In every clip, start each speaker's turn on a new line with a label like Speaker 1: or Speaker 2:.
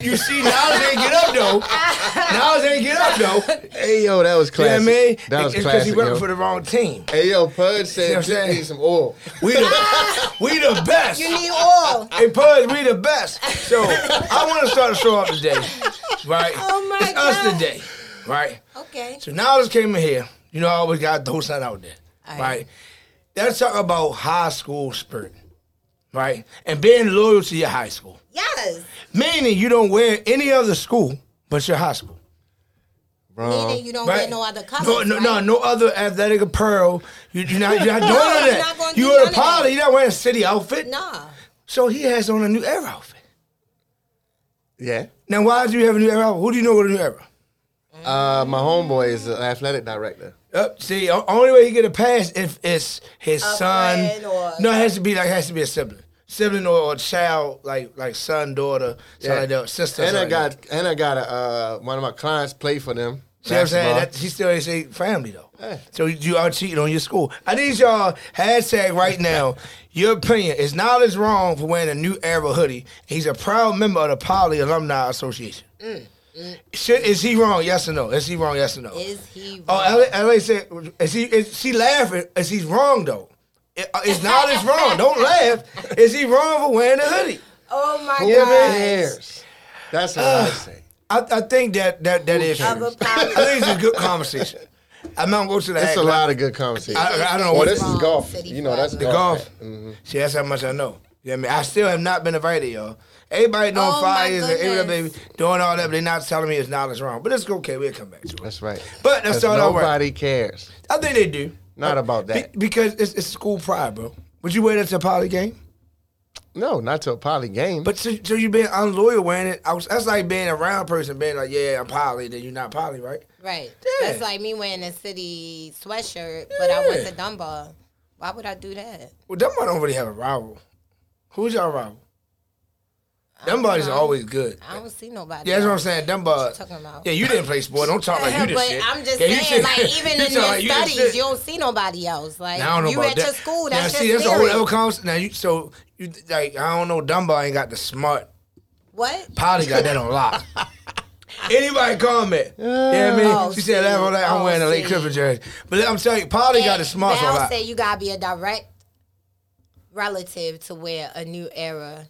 Speaker 1: You see, now they ain't get up though. Now they ain't get up though.
Speaker 2: Hey yo, that was
Speaker 1: You know what I
Speaker 2: classic.
Speaker 1: mean?
Speaker 2: That was
Speaker 1: it's because
Speaker 2: classic.
Speaker 1: he working
Speaker 2: yo.
Speaker 1: for the wrong team.
Speaker 2: hey yo, Pudge
Speaker 1: You know
Speaker 2: said
Speaker 1: what I'm
Speaker 2: you
Speaker 1: saying?
Speaker 2: need some oil.
Speaker 1: We the, we the best.
Speaker 3: You need oil.
Speaker 1: And Pudge, we the best. So I want to start the show off today, right?
Speaker 3: Oh, my
Speaker 1: it's us
Speaker 3: God.
Speaker 1: today, right?
Speaker 3: Okay.
Speaker 1: So now this came in here. You know, I always got to throw something out there,
Speaker 3: All
Speaker 1: right.
Speaker 3: right.
Speaker 1: Let's talk about high school spirit, right? And being loyal to your high school,
Speaker 3: Yes.
Speaker 1: meaning you don't wear any other school but your high school.
Speaker 2: Bro,
Speaker 3: Meaning you don't
Speaker 1: Right?
Speaker 3: wear no other colors.
Speaker 1: No, no, no,
Speaker 3: right?
Speaker 1: no other athletic apparel. You, you're not, you're not doing none of
Speaker 3: you're
Speaker 1: that.
Speaker 3: not gonna
Speaker 1: you
Speaker 3: do
Speaker 1: were
Speaker 3: none
Speaker 1: a
Speaker 3: of that.
Speaker 1: pilot. You're not wearing a city outfit.
Speaker 3: Nah.
Speaker 1: So he has on a new era outfit.
Speaker 2: yeah.
Speaker 1: Now, why do you have a new era? Who do you know with a new era?
Speaker 2: Uh, my homeboy is an athletic director.
Speaker 1: Up, see, o- only way he get a pass if it's his son.
Speaker 3: friend or-
Speaker 1: no, it has to be like it has to be a sibling, sibling or, or child, like like son, daughter, son, like that, sister.
Speaker 2: And I
Speaker 1: something like
Speaker 2: got and I got a, uh, one of my clients play for them.
Speaker 1: that. See what I'm saying?
Speaker 2: Basketball.
Speaker 1: That, she still ain't say family though.
Speaker 2: Yeah.
Speaker 1: So you are cheating on your school. I need y'all hashtag right now. Your opinion is not as wrong for wearing a new era hoodie. He's a proud member of the Poly Alumni Association. Should, is he wrong? Yes or no? Is he wrong? Yes or no?
Speaker 3: Is he wrong?
Speaker 1: Oh, LA, LA said, is he, is she laughing? Is he wrong though? It- uh, It's not as wrong. Don't laugh. Is he wrong for wearing a hoodie?
Speaker 3: Oh, my
Speaker 2: Who
Speaker 3: God.
Speaker 2: cares? That's what I say.
Speaker 1: I, I think that that that is.
Speaker 3: Other
Speaker 1: true. I
Speaker 3: powers.
Speaker 1: think it's a good conversation. I'm not gonna go to the.
Speaker 2: It's
Speaker 1: hack
Speaker 2: a
Speaker 1: line.
Speaker 2: lot of good conversation.
Speaker 1: I, I- I don't know
Speaker 2: Well,
Speaker 1: what
Speaker 2: this
Speaker 1: this
Speaker 2: is Mm-hmm.
Speaker 3: Wrong
Speaker 2: golf.
Speaker 3: city
Speaker 2: You know, that's
Speaker 3: forever.
Speaker 2: golf.
Speaker 1: golf. See, that's how much I know. You know what I mean? I still have not been invited, y'all. Everybody doing
Speaker 3: Oh,
Speaker 1: five
Speaker 3: my
Speaker 1: years and everybody
Speaker 3: goodness.
Speaker 1: doing all that, but they're not telling me it's not as wrong. But it's okay. We'll come back to it.
Speaker 2: That's right.
Speaker 1: But that's
Speaker 2: 'Cause
Speaker 1: all I work.
Speaker 2: Nobody cares.
Speaker 1: I think they do.
Speaker 2: Not about
Speaker 1: Be-
Speaker 2: that.
Speaker 1: because it's, it's school pride, bro. Would you wear that to a poly game?
Speaker 2: No, not to a poly game.
Speaker 1: But so, so you being unloyal wearing it. I was, that's like being a round person being like, yeah, I'm poly, then you're not poly, right?
Speaker 3: Right.
Speaker 1: Yeah.
Speaker 3: That's like me wearing a city sweatshirt, but I went
Speaker 1: Yeah.
Speaker 3: to Dumba. Why would I do that?
Speaker 1: Well, them boys don't really have a rival. Who's y'all rival? Them boys are always good.
Speaker 3: I don't see nobody.
Speaker 1: Yeah, that's what I'm
Speaker 3: else.
Speaker 1: saying. Them boys.
Speaker 3: talking about?
Speaker 1: Yeah, you didn't play sport. Don't talk like you did
Speaker 3: but
Speaker 1: shit.
Speaker 3: I'm just
Speaker 1: Yeah, you
Speaker 3: saying,
Speaker 1: shit.
Speaker 3: like, even
Speaker 1: You
Speaker 3: in
Speaker 1: talk
Speaker 3: your
Speaker 1: like you did
Speaker 3: studies,
Speaker 1: shit.
Speaker 3: you don't see nobody else. Like,
Speaker 1: Now, I don't know
Speaker 3: you
Speaker 1: about
Speaker 3: at
Speaker 1: that.
Speaker 3: your school,
Speaker 1: Now,
Speaker 3: that's
Speaker 1: see,
Speaker 3: your
Speaker 1: that's a whole
Speaker 3: spirit.
Speaker 1: other conversation. Now, you, so, you, like, I don't know, Dumbo ain't got the smart
Speaker 3: What?
Speaker 1: Polly got that on lock. Anybody comment? Yeah, I mean,
Speaker 3: Oh,
Speaker 1: she said that.
Speaker 3: see.
Speaker 1: all that, I'm
Speaker 3: Oh,
Speaker 1: wearing a Lake
Speaker 3: see.
Speaker 1: Clifford jersey, but I'm telling you, Polly got the smarts on
Speaker 3: Val
Speaker 1: lock.
Speaker 3: said you gotta be a direct relative to wear a new era.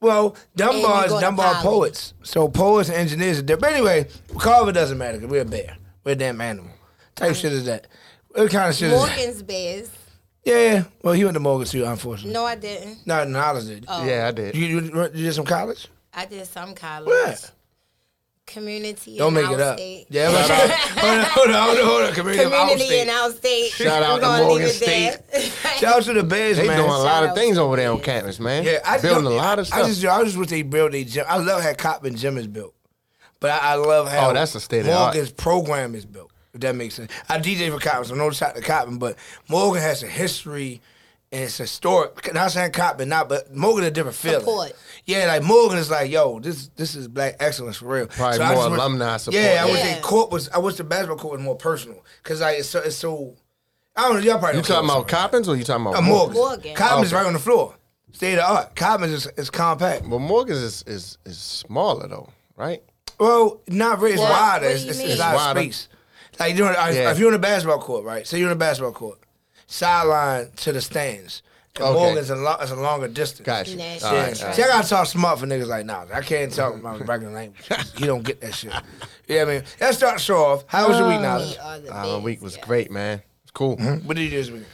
Speaker 1: Well, dumb
Speaker 3: And you
Speaker 1: bars,
Speaker 3: go to
Speaker 1: dumb bar
Speaker 3: college.
Speaker 1: poets. So poets and engineers are different. But anyway, Carver doesn't matter because we're a bear. We're a damn animal. Type shit is that? What kind of shit is that?
Speaker 3: Morgan's best.
Speaker 1: Yeah. Well, he went to Morgan too, unfortunately.
Speaker 3: No, Oh. I didn't.
Speaker 1: Not in college, did you?
Speaker 2: yeah, I did.
Speaker 1: You, you, you did some college?
Speaker 3: I did some college.
Speaker 1: What?
Speaker 3: Community.
Speaker 1: Don't
Speaker 3: and
Speaker 1: make it up.
Speaker 3: outstate.
Speaker 1: Yeah. but- Hold on, hold on, hold on, hold on. Community, of
Speaker 3: Community
Speaker 1: Outstate.
Speaker 3: and outstate.
Speaker 2: Shout out
Speaker 3: I'm
Speaker 2: to
Speaker 3: gonna leave
Speaker 2: Morgan
Speaker 3: it there.
Speaker 1: Shout out to the Bears,
Speaker 2: They
Speaker 1: man.
Speaker 2: doing a lot of
Speaker 3: out
Speaker 2: things
Speaker 3: to
Speaker 2: over there on
Speaker 3: kids.
Speaker 2: campus, man.
Speaker 1: Yeah, I
Speaker 2: building a
Speaker 1: don't-
Speaker 2: lot of stuff.
Speaker 1: I just, I just wish they build a gym. I love how Copman Gym is built, but I, I love how
Speaker 2: Oh, that's a state of the art.
Speaker 1: Morgan's program is built. If that makes sense, I DJ for Copman, so no shot to Copman, but Morgan has a history and it's historic. Not saying Copman, not, but Morgan a different feeling.
Speaker 3: Support.
Speaker 1: Yeah, like Morgan is like, yo, this this is black excellence for real.
Speaker 2: Probably
Speaker 1: I
Speaker 2: more
Speaker 1: just wish-
Speaker 2: alumni support.
Speaker 1: Yeah, I wish
Speaker 3: Yeah.
Speaker 1: the court was. I wish the basketball court was more personal because like it's so, it's so. I don't know. Y'all probably
Speaker 2: you
Speaker 1: don't
Speaker 2: talking
Speaker 1: care
Speaker 2: about Coppins or you talking about
Speaker 1: uh, Morgan.
Speaker 3: Morgan.
Speaker 1: Cotton's
Speaker 2: Okay.
Speaker 1: right on the floor. State of the art. Cotton's is, is compact.
Speaker 2: Well, Morgan's is, is is smaller though, right?
Speaker 1: Well, not really. It's
Speaker 3: What?
Speaker 1: wider.
Speaker 3: What
Speaker 1: It's,
Speaker 3: do you
Speaker 1: it's,
Speaker 3: mean?
Speaker 1: it's out of
Speaker 2: Wider.
Speaker 1: space. Like you know, like,
Speaker 2: Yeah.
Speaker 1: if you're in a basketball court, right? Say you're in a basketball court, sideline to the stands. And
Speaker 2: Okay.
Speaker 1: Morgan's a lo- is a longer distance.
Speaker 2: Gotcha.
Speaker 3: Nah,
Speaker 2: All
Speaker 1: Yeah.
Speaker 2: right, all
Speaker 1: See, I
Speaker 2: right.
Speaker 1: gotta talk smart for niggas like, nah, I can't talk my regular language. You don't get that shit. You know what I mean? Let's start the show off. How was your week, Knowledge?
Speaker 3: We are the
Speaker 2: Uh,
Speaker 3: best.
Speaker 2: week was great, man. It's cool.
Speaker 1: What did you do this week?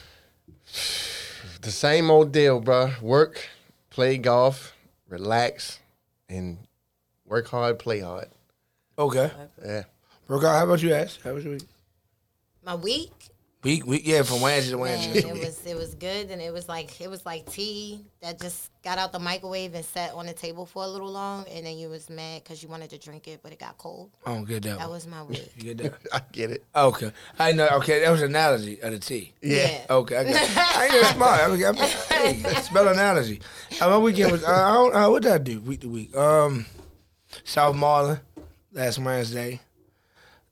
Speaker 2: The same old deal, bruh. Work, play golf, relax, and work hard, play hard.
Speaker 1: Okay.
Speaker 2: Yeah.
Speaker 1: Rogar, how about you, Ash? How was your week?
Speaker 3: My week?
Speaker 1: We, we yeah, from Wednesday to
Speaker 3: And
Speaker 1: Wednesday.
Speaker 3: it was it was good, and it was like it was like tea that just got out the microwave and sat on the table for a little long, and then you was mad because you wanted to drink it, but it got cold.
Speaker 1: I don't get that.
Speaker 3: That
Speaker 1: one.
Speaker 3: was my week.
Speaker 1: You get that?
Speaker 2: I get it.
Speaker 1: Okay, I know. Okay, that was an analogy of the tea.
Speaker 3: Yeah.
Speaker 1: Okay, I got. I ain't that smart. I mean, I'm, hey, it's about analogy. Uh, my weekend was. Uh, I don't, uh, what did I do week to week? Um, South Marlin last Wednesday.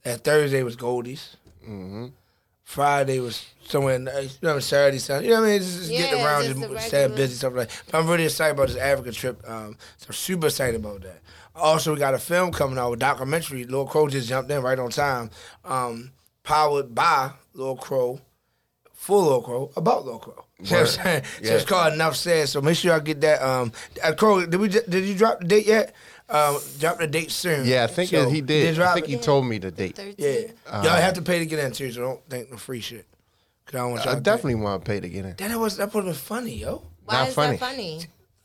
Speaker 1: That Thursday was Goldie's.
Speaker 2: Mm-hmm.
Speaker 1: Friday was somewhere. In, the- you know, Saturday, Sunday. You know what I mean? Just, just getting
Speaker 3: Yeah,
Speaker 1: around,
Speaker 3: just
Speaker 1: just,
Speaker 3: the
Speaker 1: staying
Speaker 3: regular-
Speaker 1: busy stuff like. That. But I'm really excited about this Africa trip. Um, so I'm super excited about that. Also, we got a film coming out, a documentary. Lil Crow just jumped in right on time. Um, powered by Lil Crow for Lil Crow about Lil Crow. You know what I'm saying? So it's
Speaker 2: Yeah.
Speaker 1: called Enough Said. So make sure I get that. Um, uh, Crow, did we? ju- Did you drop the date yet? Um, drop the date soon.
Speaker 2: Yeah, I think
Speaker 1: So,
Speaker 2: he did. I
Speaker 1: drop
Speaker 2: think
Speaker 1: it?
Speaker 2: he told me the date.
Speaker 3: Thirteen.
Speaker 1: Yeah, y'all have to pay to get in too, so don't think no free shit. Cause I don't want y'all
Speaker 2: I
Speaker 1: to-
Speaker 2: definitely want to pay to get in.
Speaker 1: Then it was that would have been funny, yo.
Speaker 3: Why
Speaker 2: Not
Speaker 3: is
Speaker 2: funny.
Speaker 3: that funny?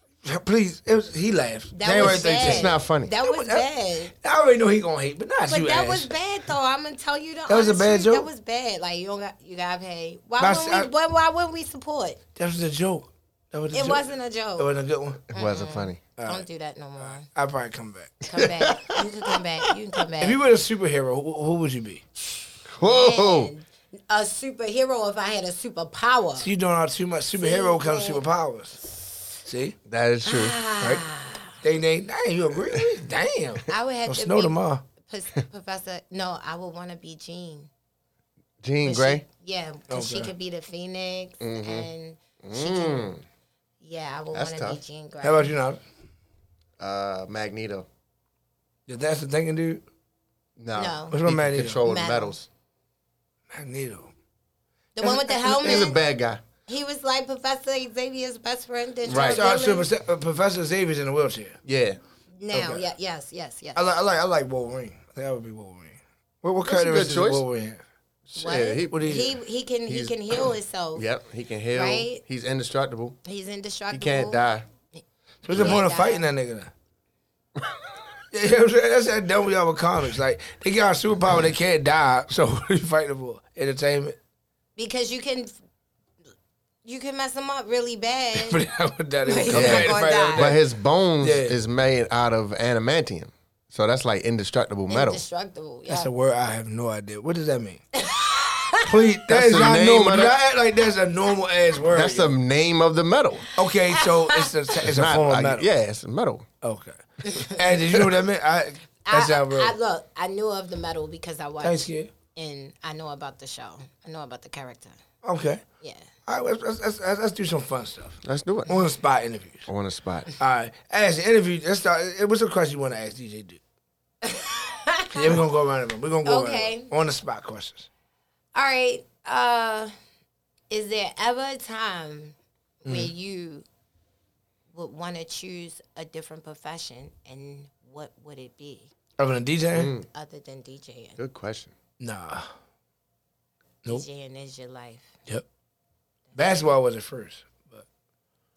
Speaker 1: Please, it was he laughed.
Speaker 3: That
Speaker 1: January
Speaker 3: was bad.
Speaker 1: 13th.
Speaker 2: It's not funny.
Speaker 3: That was bad.
Speaker 1: I already know he gonna hate, but not
Speaker 3: But
Speaker 1: you,
Speaker 3: that
Speaker 1: ass.
Speaker 3: was bad though. I'm gonna tell you the
Speaker 1: That was a
Speaker 3: honest
Speaker 1: bad
Speaker 3: truth.
Speaker 1: joke.
Speaker 3: That was bad. Like you don't got you got paid. Why
Speaker 1: But I
Speaker 3: wouldn't
Speaker 1: s-
Speaker 3: we? Why, why wouldn't we support?
Speaker 1: that was a joke. That was a
Speaker 3: It
Speaker 1: joke.
Speaker 3: wasn't a
Speaker 1: That
Speaker 3: joke.
Speaker 1: wasn't a good one.
Speaker 3: Mm-hmm.
Speaker 2: It wasn't funny.
Speaker 3: Don't do that no more.
Speaker 1: I'll probably come back.
Speaker 3: Come back. you can come back. You can come back.
Speaker 1: If you were a superhero, who, who would you be? Oh.
Speaker 2: Whoa!
Speaker 3: Man, a superhero if I had a superpower.
Speaker 1: You don't know too much. Superhero comes superpowers. See,
Speaker 2: That is true.
Speaker 1: right? They, they, dang, you agree? with me? Damn.
Speaker 3: Ah. I would have
Speaker 1: Don't
Speaker 3: to
Speaker 1: snow
Speaker 3: be
Speaker 1: tomorrow.
Speaker 3: Pos- Professor. No, I would want to be Jean.
Speaker 2: Jean
Speaker 3: 'Cause
Speaker 2: Grey.
Speaker 3: She, yeah, because she
Speaker 1: Okay.
Speaker 3: could be the Phoenix
Speaker 1: Mm-hmm.
Speaker 3: and she can. Yeah, I would
Speaker 2: That's
Speaker 3: want to be
Speaker 2: tough.
Speaker 3: Jean Grey.
Speaker 1: Mm. How about you, now?
Speaker 2: Uh, Magneto.
Speaker 1: If that's the thinking, dude.
Speaker 2: No.
Speaker 3: No.
Speaker 1: What's wrong with
Speaker 2: He
Speaker 1: Magneto?
Speaker 2: Control the
Speaker 3: Metal.
Speaker 2: metals.
Speaker 1: Magneto.
Speaker 3: The one with the
Speaker 2: He's a
Speaker 3: helmet.
Speaker 2: bad guy.
Speaker 3: He was like Professor Xavier's best friend. Did
Speaker 2: Right.
Speaker 3: right.
Speaker 1: So, uh, so, uh, Professor Xavier's in a wheelchair.
Speaker 2: Yeah.
Speaker 3: now,
Speaker 1: okay.
Speaker 3: yeah, yes, yes, yes.
Speaker 1: I like, I like, I like Wolverine. I think that would be Wolverine. What, what
Speaker 2: That's a good
Speaker 1: characteristics
Speaker 2: choice.
Speaker 1: does Wolverine have?
Speaker 3: What?
Speaker 2: Yeah, he,
Speaker 1: What is
Speaker 3: he
Speaker 1: it?
Speaker 3: he can he
Speaker 2: He's-
Speaker 3: can heal himself.
Speaker 2: Yep. He can heal.
Speaker 3: Right?
Speaker 2: He's indestructible.
Speaker 3: He's
Speaker 2: He
Speaker 3: indestructible.
Speaker 2: can't die.
Speaker 1: What's the
Speaker 3: Yeah,
Speaker 1: point of
Speaker 3: that-
Speaker 1: fighting that nigga? Then? yeah, you know what I'm saying? That's that dumb we have with comics. Like they got a superpower, they can't die. So what are you fighting for? Entertainment.
Speaker 3: because you can you can mess him up really bad.
Speaker 1: But that would that is
Speaker 3: Yeah.
Speaker 1: come
Speaker 2: Yeah.
Speaker 1: back and fight every
Speaker 2: But
Speaker 1: day.
Speaker 2: his bones
Speaker 1: Yeah.
Speaker 2: is made out of adamantium. So that's like indestructible metal.
Speaker 3: Indestructible. Yeah.
Speaker 1: That's a word I have no idea. What does that mean? Please,
Speaker 2: That's
Speaker 1: that's
Speaker 2: the
Speaker 1: not
Speaker 2: name
Speaker 1: normal.
Speaker 2: of
Speaker 1: Do
Speaker 2: the-
Speaker 1: not act like that's a normal ass word.
Speaker 2: That's the name of the metal.
Speaker 1: okay. So it's a it's a
Speaker 2: Not
Speaker 1: form of
Speaker 2: like-
Speaker 1: metal.
Speaker 2: Yeah, it's metal.
Speaker 1: Okay. And did you know what that meant? I, that's
Speaker 3: I,
Speaker 1: how real.
Speaker 3: I look. I knew of the metal because I watched
Speaker 1: Thanks, kid.
Speaker 3: and I know about the show. I know about the character.
Speaker 1: Okay.
Speaker 3: Yeah.
Speaker 1: All right, let's, let's, let's, let's do some fun stuff.
Speaker 2: Let's do it.
Speaker 1: On the spot interviews.
Speaker 2: On the spot.
Speaker 1: All right. As the interview, let's start. eh, What's the question you want to ask DJ Duke? yeah, we're going to go around the room. We're going to go around.
Speaker 3: Okay.
Speaker 1: the room. On the spot questions.
Speaker 3: All right. Uh, is there ever a time
Speaker 1: Mm.
Speaker 3: where you would want to choose a different profession, and what would it be
Speaker 1: Other than DJing?
Speaker 3: other than DJing?
Speaker 2: Good question.
Speaker 1: Nah. Nope.
Speaker 3: DJing is your life.
Speaker 1: Yep. Basketball was at first. But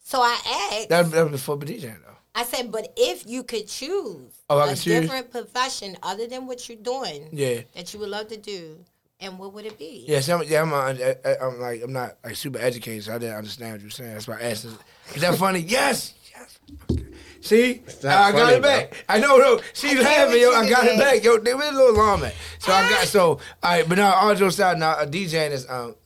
Speaker 3: So I asked.
Speaker 1: that, that was before DJing, though.
Speaker 3: I said, but if you could choose
Speaker 1: Oh, I
Speaker 3: a
Speaker 1: could choose?
Speaker 3: different profession other than what you're doing,
Speaker 1: Yeah.
Speaker 3: that you would love to do, and what would it be?
Speaker 1: Yeah, so I'm, yeah, I'm, uh, I, I- I'm like, I'm not like super educated, so I didn't understand what you were saying. That's why I asked. Is is that funny? yes, yes. Okay. See,
Speaker 2: not
Speaker 1: I got
Speaker 2: funny,
Speaker 1: it back. I know, no. She
Speaker 3: get
Speaker 1: laughing,
Speaker 3: what
Speaker 1: yo.
Speaker 3: you
Speaker 1: I got it
Speaker 3: did.
Speaker 1: back, yo. They were a little long, man. So I got so. All right, but now all jokes aside, now a DJing is um,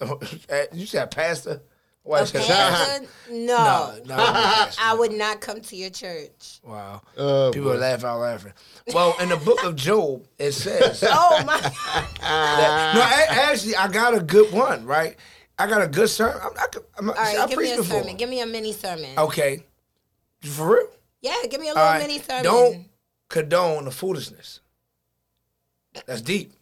Speaker 1: you said pastor. Why
Speaker 3: A
Speaker 1: you said
Speaker 3: pastor? No.
Speaker 1: No, no.
Speaker 3: I would not come to your church.
Speaker 1: Wow.
Speaker 2: Uh,
Speaker 1: People are laughing out laughing. Well, in the book of Job, it says.
Speaker 3: Oh my God.
Speaker 1: that. No,
Speaker 3: Ah.
Speaker 1: a- actually, I got a good one. Right, I got a good sermon. I'm not. I'm,
Speaker 3: All right,
Speaker 1: I
Speaker 3: give me
Speaker 1: preached
Speaker 3: a
Speaker 1: before.
Speaker 3: sermon. Give me a mini sermon.
Speaker 1: Okay, You for real.
Speaker 3: Yeah, give me a little
Speaker 1: All right.
Speaker 3: mini sermon.
Speaker 1: Don't condone the foolishness. That's deep.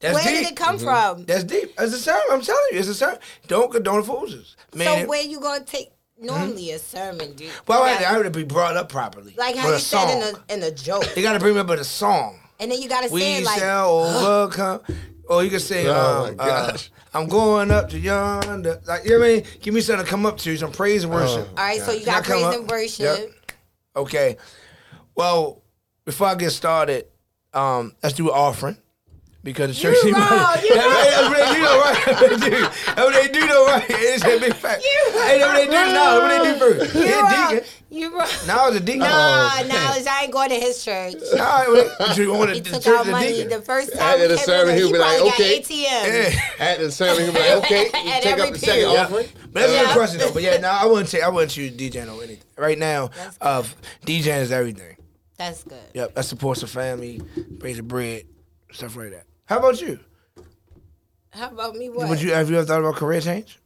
Speaker 1: That's
Speaker 3: where
Speaker 1: deep.
Speaker 3: did it come from?
Speaker 1: That's deep. It's a sermon. I'm telling you, it's a sermon. Don't condone the foolishness. Man,
Speaker 3: so where you gonna take normally a sermon, dude?
Speaker 1: Mm-hmm. well,
Speaker 3: You
Speaker 1: I
Speaker 3: gotta-
Speaker 1: have to be brought up properly.
Speaker 3: like how
Speaker 1: with
Speaker 3: you
Speaker 1: a
Speaker 3: said
Speaker 1: song.
Speaker 3: in a in a joke,
Speaker 1: you got to bring up with a song.
Speaker 3: and then you gotta say
Speaker 1: We
Speaker 3: it like
Speaker 1: shall overcome. Or you can say,
Speaker 2: Oh,
Speaker 1: um,
Speaker 2: my
Speaker 1: uh,
Speaker 2: gosh.
Speaker 1: I'm going up to yonder. Like, you know what I mean? Give me something to come up to, some praise and
Speaker 2: Oh.
Speaker 1: worship.
Speaker 3: All right, so you
Speaker 1: Can I
Speaker 3: got
Speaker 1: come
Speaker 3: praise
Speaker 1: up?
Speaker 3: and worship.
Speaker 1: Yep. Okay. Well, before I get started, um, let's do an offering. because the church.
Speaker 3: You wrong, you
Speaker 1: That's what they do, though, right? That's what they do, though, right? It's a big fact.
Speaker 3: You
Speaker 1: Hey, that's what they do. No, that's what they do first.
Speaker 3: You
Speaker 1: Yeah,
Speaker 3: wrong.
Speaker 1: deacon.
Speaker 3: You wrong.
Speaker 1: Now it's a deacon.
Speaker 2: Oh.
Speaker 3: Nah, nah, I ain't going to his church.
Speaker 1: Nah, what they- you wanted
Speaker 3: He
Speaker 1: the
Speaker 3: took
Speaker 1: church
Speaker 3: our
Speaker 1: to
Speaker 3: money
Speaker 1: deacon.
Speaker 3: the first time.
Speaker 2: At the
Speaker 3: he
Speaker 2: sermon,
Speaker 3: came
Speaker 2: he'll
Speaker 3: in,
Speaker 2: be like,
Speaker 3: probably
Speaker 2: okay.
Speaker 3: got ATM.
Speaker 1: Yeah.
Speaker 2: At the sermon, he was like, okay,
Speaker 3: At
Speaker 2: take up
Speaker 3: every
Speaker 2: the second
Speaker 3: pew.
Speaker 2: offering.
Speaker 1: But that's a
Speaker 3: Yeah.
Speaker 1: good question though. But yeah, no, I wouldn't say I wouldn't choose DJing or anything. Right now,
Speaker 3: That's
Speaker 1: uh, DJing is everything.
Speaker 3: That's good.
Speaker 1: Yep, that supports the family, brings the bread, stuff like that. How about you?
Speaker 3: How about me? What?
Speaker 1: Would you have you ever thought about career change?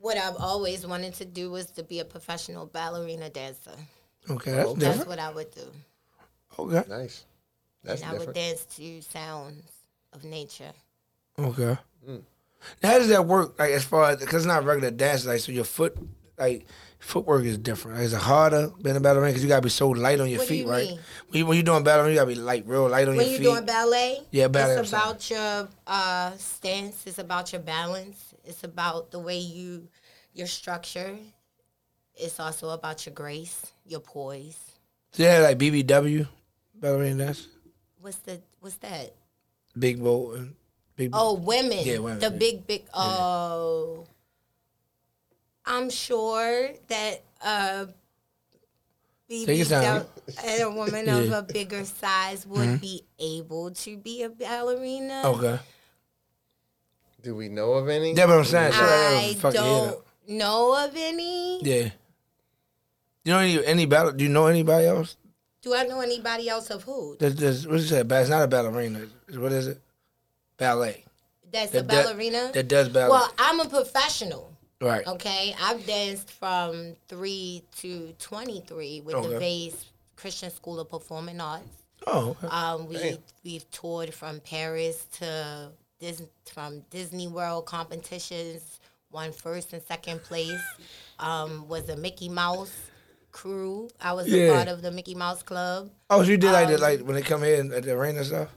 Speaker 3: what I've always wanted to do was to be a professional ballerina dancer.
Speaker 1: Okay, that's
Speaker 3: That's
Speaker 1: different.
Speaker 3: what I would do.
Speaker 1: Okay,
Speaker 2: Nice. That's
Speaker 3: And I would
Speaker 2: different.
Speaker 3: dance to sounds of nature.
Speaker 1: okay.
Speaker 3: Mm.
Speaker 1: Now, how does that work? Like as far as because it's not regular dance, like so your foot, like footwork is different. Like, is it harder being a ballerina because you gotta be so light on your
Speaker 3: What do
Speaker 1: feet,
Speaker 3: you
Speaker 1: right?
Speaker 3: mean?
Speaker 1: When, you, when you're doing ballerina, you gotta be light, real light on
Speaker 3: When
Speaker 1: your
Speaker 3: you're
Speaker 1: feet.
Speaker 3: doing ballet,
Speaker 1: Yeah, ballet,
Speaker 3: it's
Speaker 1: I'm
Speaker 3: about your uh, stance. It's about your balance. It's about the way you, your structure. It's also about your grace, your poise.
Speaker 1: so they had like BBW ballerina dance,
Speaker 3: What's the what's that?
Speaker 1: big bowl and big.
Speaker 3: Oh, women.
Speaker 1: Yeah, women,
Speaker 3: The
Speaker 1: yeah.
Speaker 3: big, big. Oh, I'm sure that uh,
Speaker 1: your time. Mm-hmm.
Speaker 3: BBW and a woman of a bigger size would be able to be a ballerina.
Speaker 1: Okay.
Speaker 2: Do we know of any?
Speaker 1: That's what I'm saying. Shut that
Speaker 3: I
Speaker 1: fucking head
Speaker 3: don't
Speaker 1: up.
Speaker 3: know of any.
Speaker 1: Yeah. You know any any battle? Do you know anybody else?
Speaker 3: Do I know anybody else of who?
Speaker 1: That's, that's, what is that? It's not a ballerina. It's- What is it? Ballet.
Speaker 3: That's a
Speaker 1: That- that-
Speaker 3: ballerina.
Speaker 1: That does ballet.
Speaker 3: well, I'm a professional.
Speaker 1: right.
Speaker 3: Okay, I've danced from three to twenty-three with
Speaker 1: Okay.
Speaker 3: the Vase Christian School of Performing Arts.
Speaker 1: Oh. okay.
Speaker 3: Um, we we've toured from Paris to Dis- from Disney World competitions. Won first and second place. Um, was a Mickey Mouse crew. I was
Speaker 1: Yeah.
Speaker 3: a part of the Mickey Mouse Club.
Speaker 1: Oh, so you did
Speaker 3: Um,
Speaker 1: like the, like when they come here and at the rain and stuff.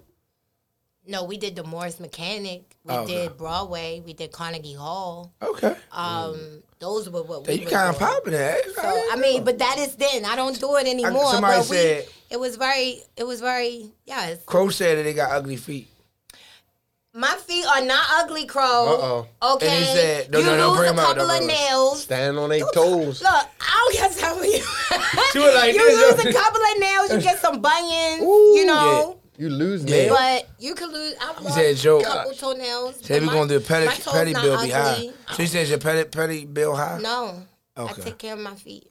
Speaker 3: No, we did the Morris Mechanic. We
Speaker 1: Oh, Mm. okay.
Speaker 3: did Broadway. We did Carnegie Hall.
Speaker 1: Okay.
Speaker 3: Um, those were what
Speaker 1: Then
Speaker 3: we
Speaker 1: you
Speaker 3: were
Speaker 1: kind of
Speaker 3: doing.
Speaker 1: popping it.
Speaker 3: So I mean, but that is then. I don't do it anymore.
Speaker 1: somebody
Speaker 3: but we,
Speaker 1: said-
Speaker 3: it was very, it was very, yes.
Speaker 1: Crow said that they got ugly feet.
Speaker 3: My feet are not ugly, Crow.
Speaker 1: Uh-oh.
Speaker 3: Okay.
Speaker 1: And he said- no,
Speaker 3: you
Speaker 1: no, don't
Speaker 3: lose
Speaker 1: bring
Speaker 3: a
Speaker 1: them out, don't
Speaker 3: couple of
Speaker 1: bring them out.
Speaker 3: nails.
Speaker 2: Stand on their toes.
Speaker 3: Look, I don't care tell you.
Speaker 1: She was like
Speaker 3: you
Speaker 1: this,
Speaker 3: lose
Speaker 1: yo.
Speaker 3: a couple of nails, you get some bunions,
Speaker 1: Ooh,
Speaker 3: you know.
Speaker 2: You lose
Speaker 1: Yeah.
Speaker 2: me.
Speaker 3: But you could lose. I've lost
Speaker 1: said,
Speaker 3: a
Speaker 1: "Joe,
Speaker 3: couple toenails.
Speaker 1: They
Speaker 3: but
Speaker 1: be
Speaker 3: my-
Speaker 1: gonna do a petty
Speaker 3: my toes
Speaker 1: petty
Speaker 3: not
Speaker 1: bill be high.
Speaker 3: ugly.
Speaker 1: So you said your petty petty bill high.
Speaker 3: No,
Speaker 1: Okay.
Speaker 3: I take care of my feet.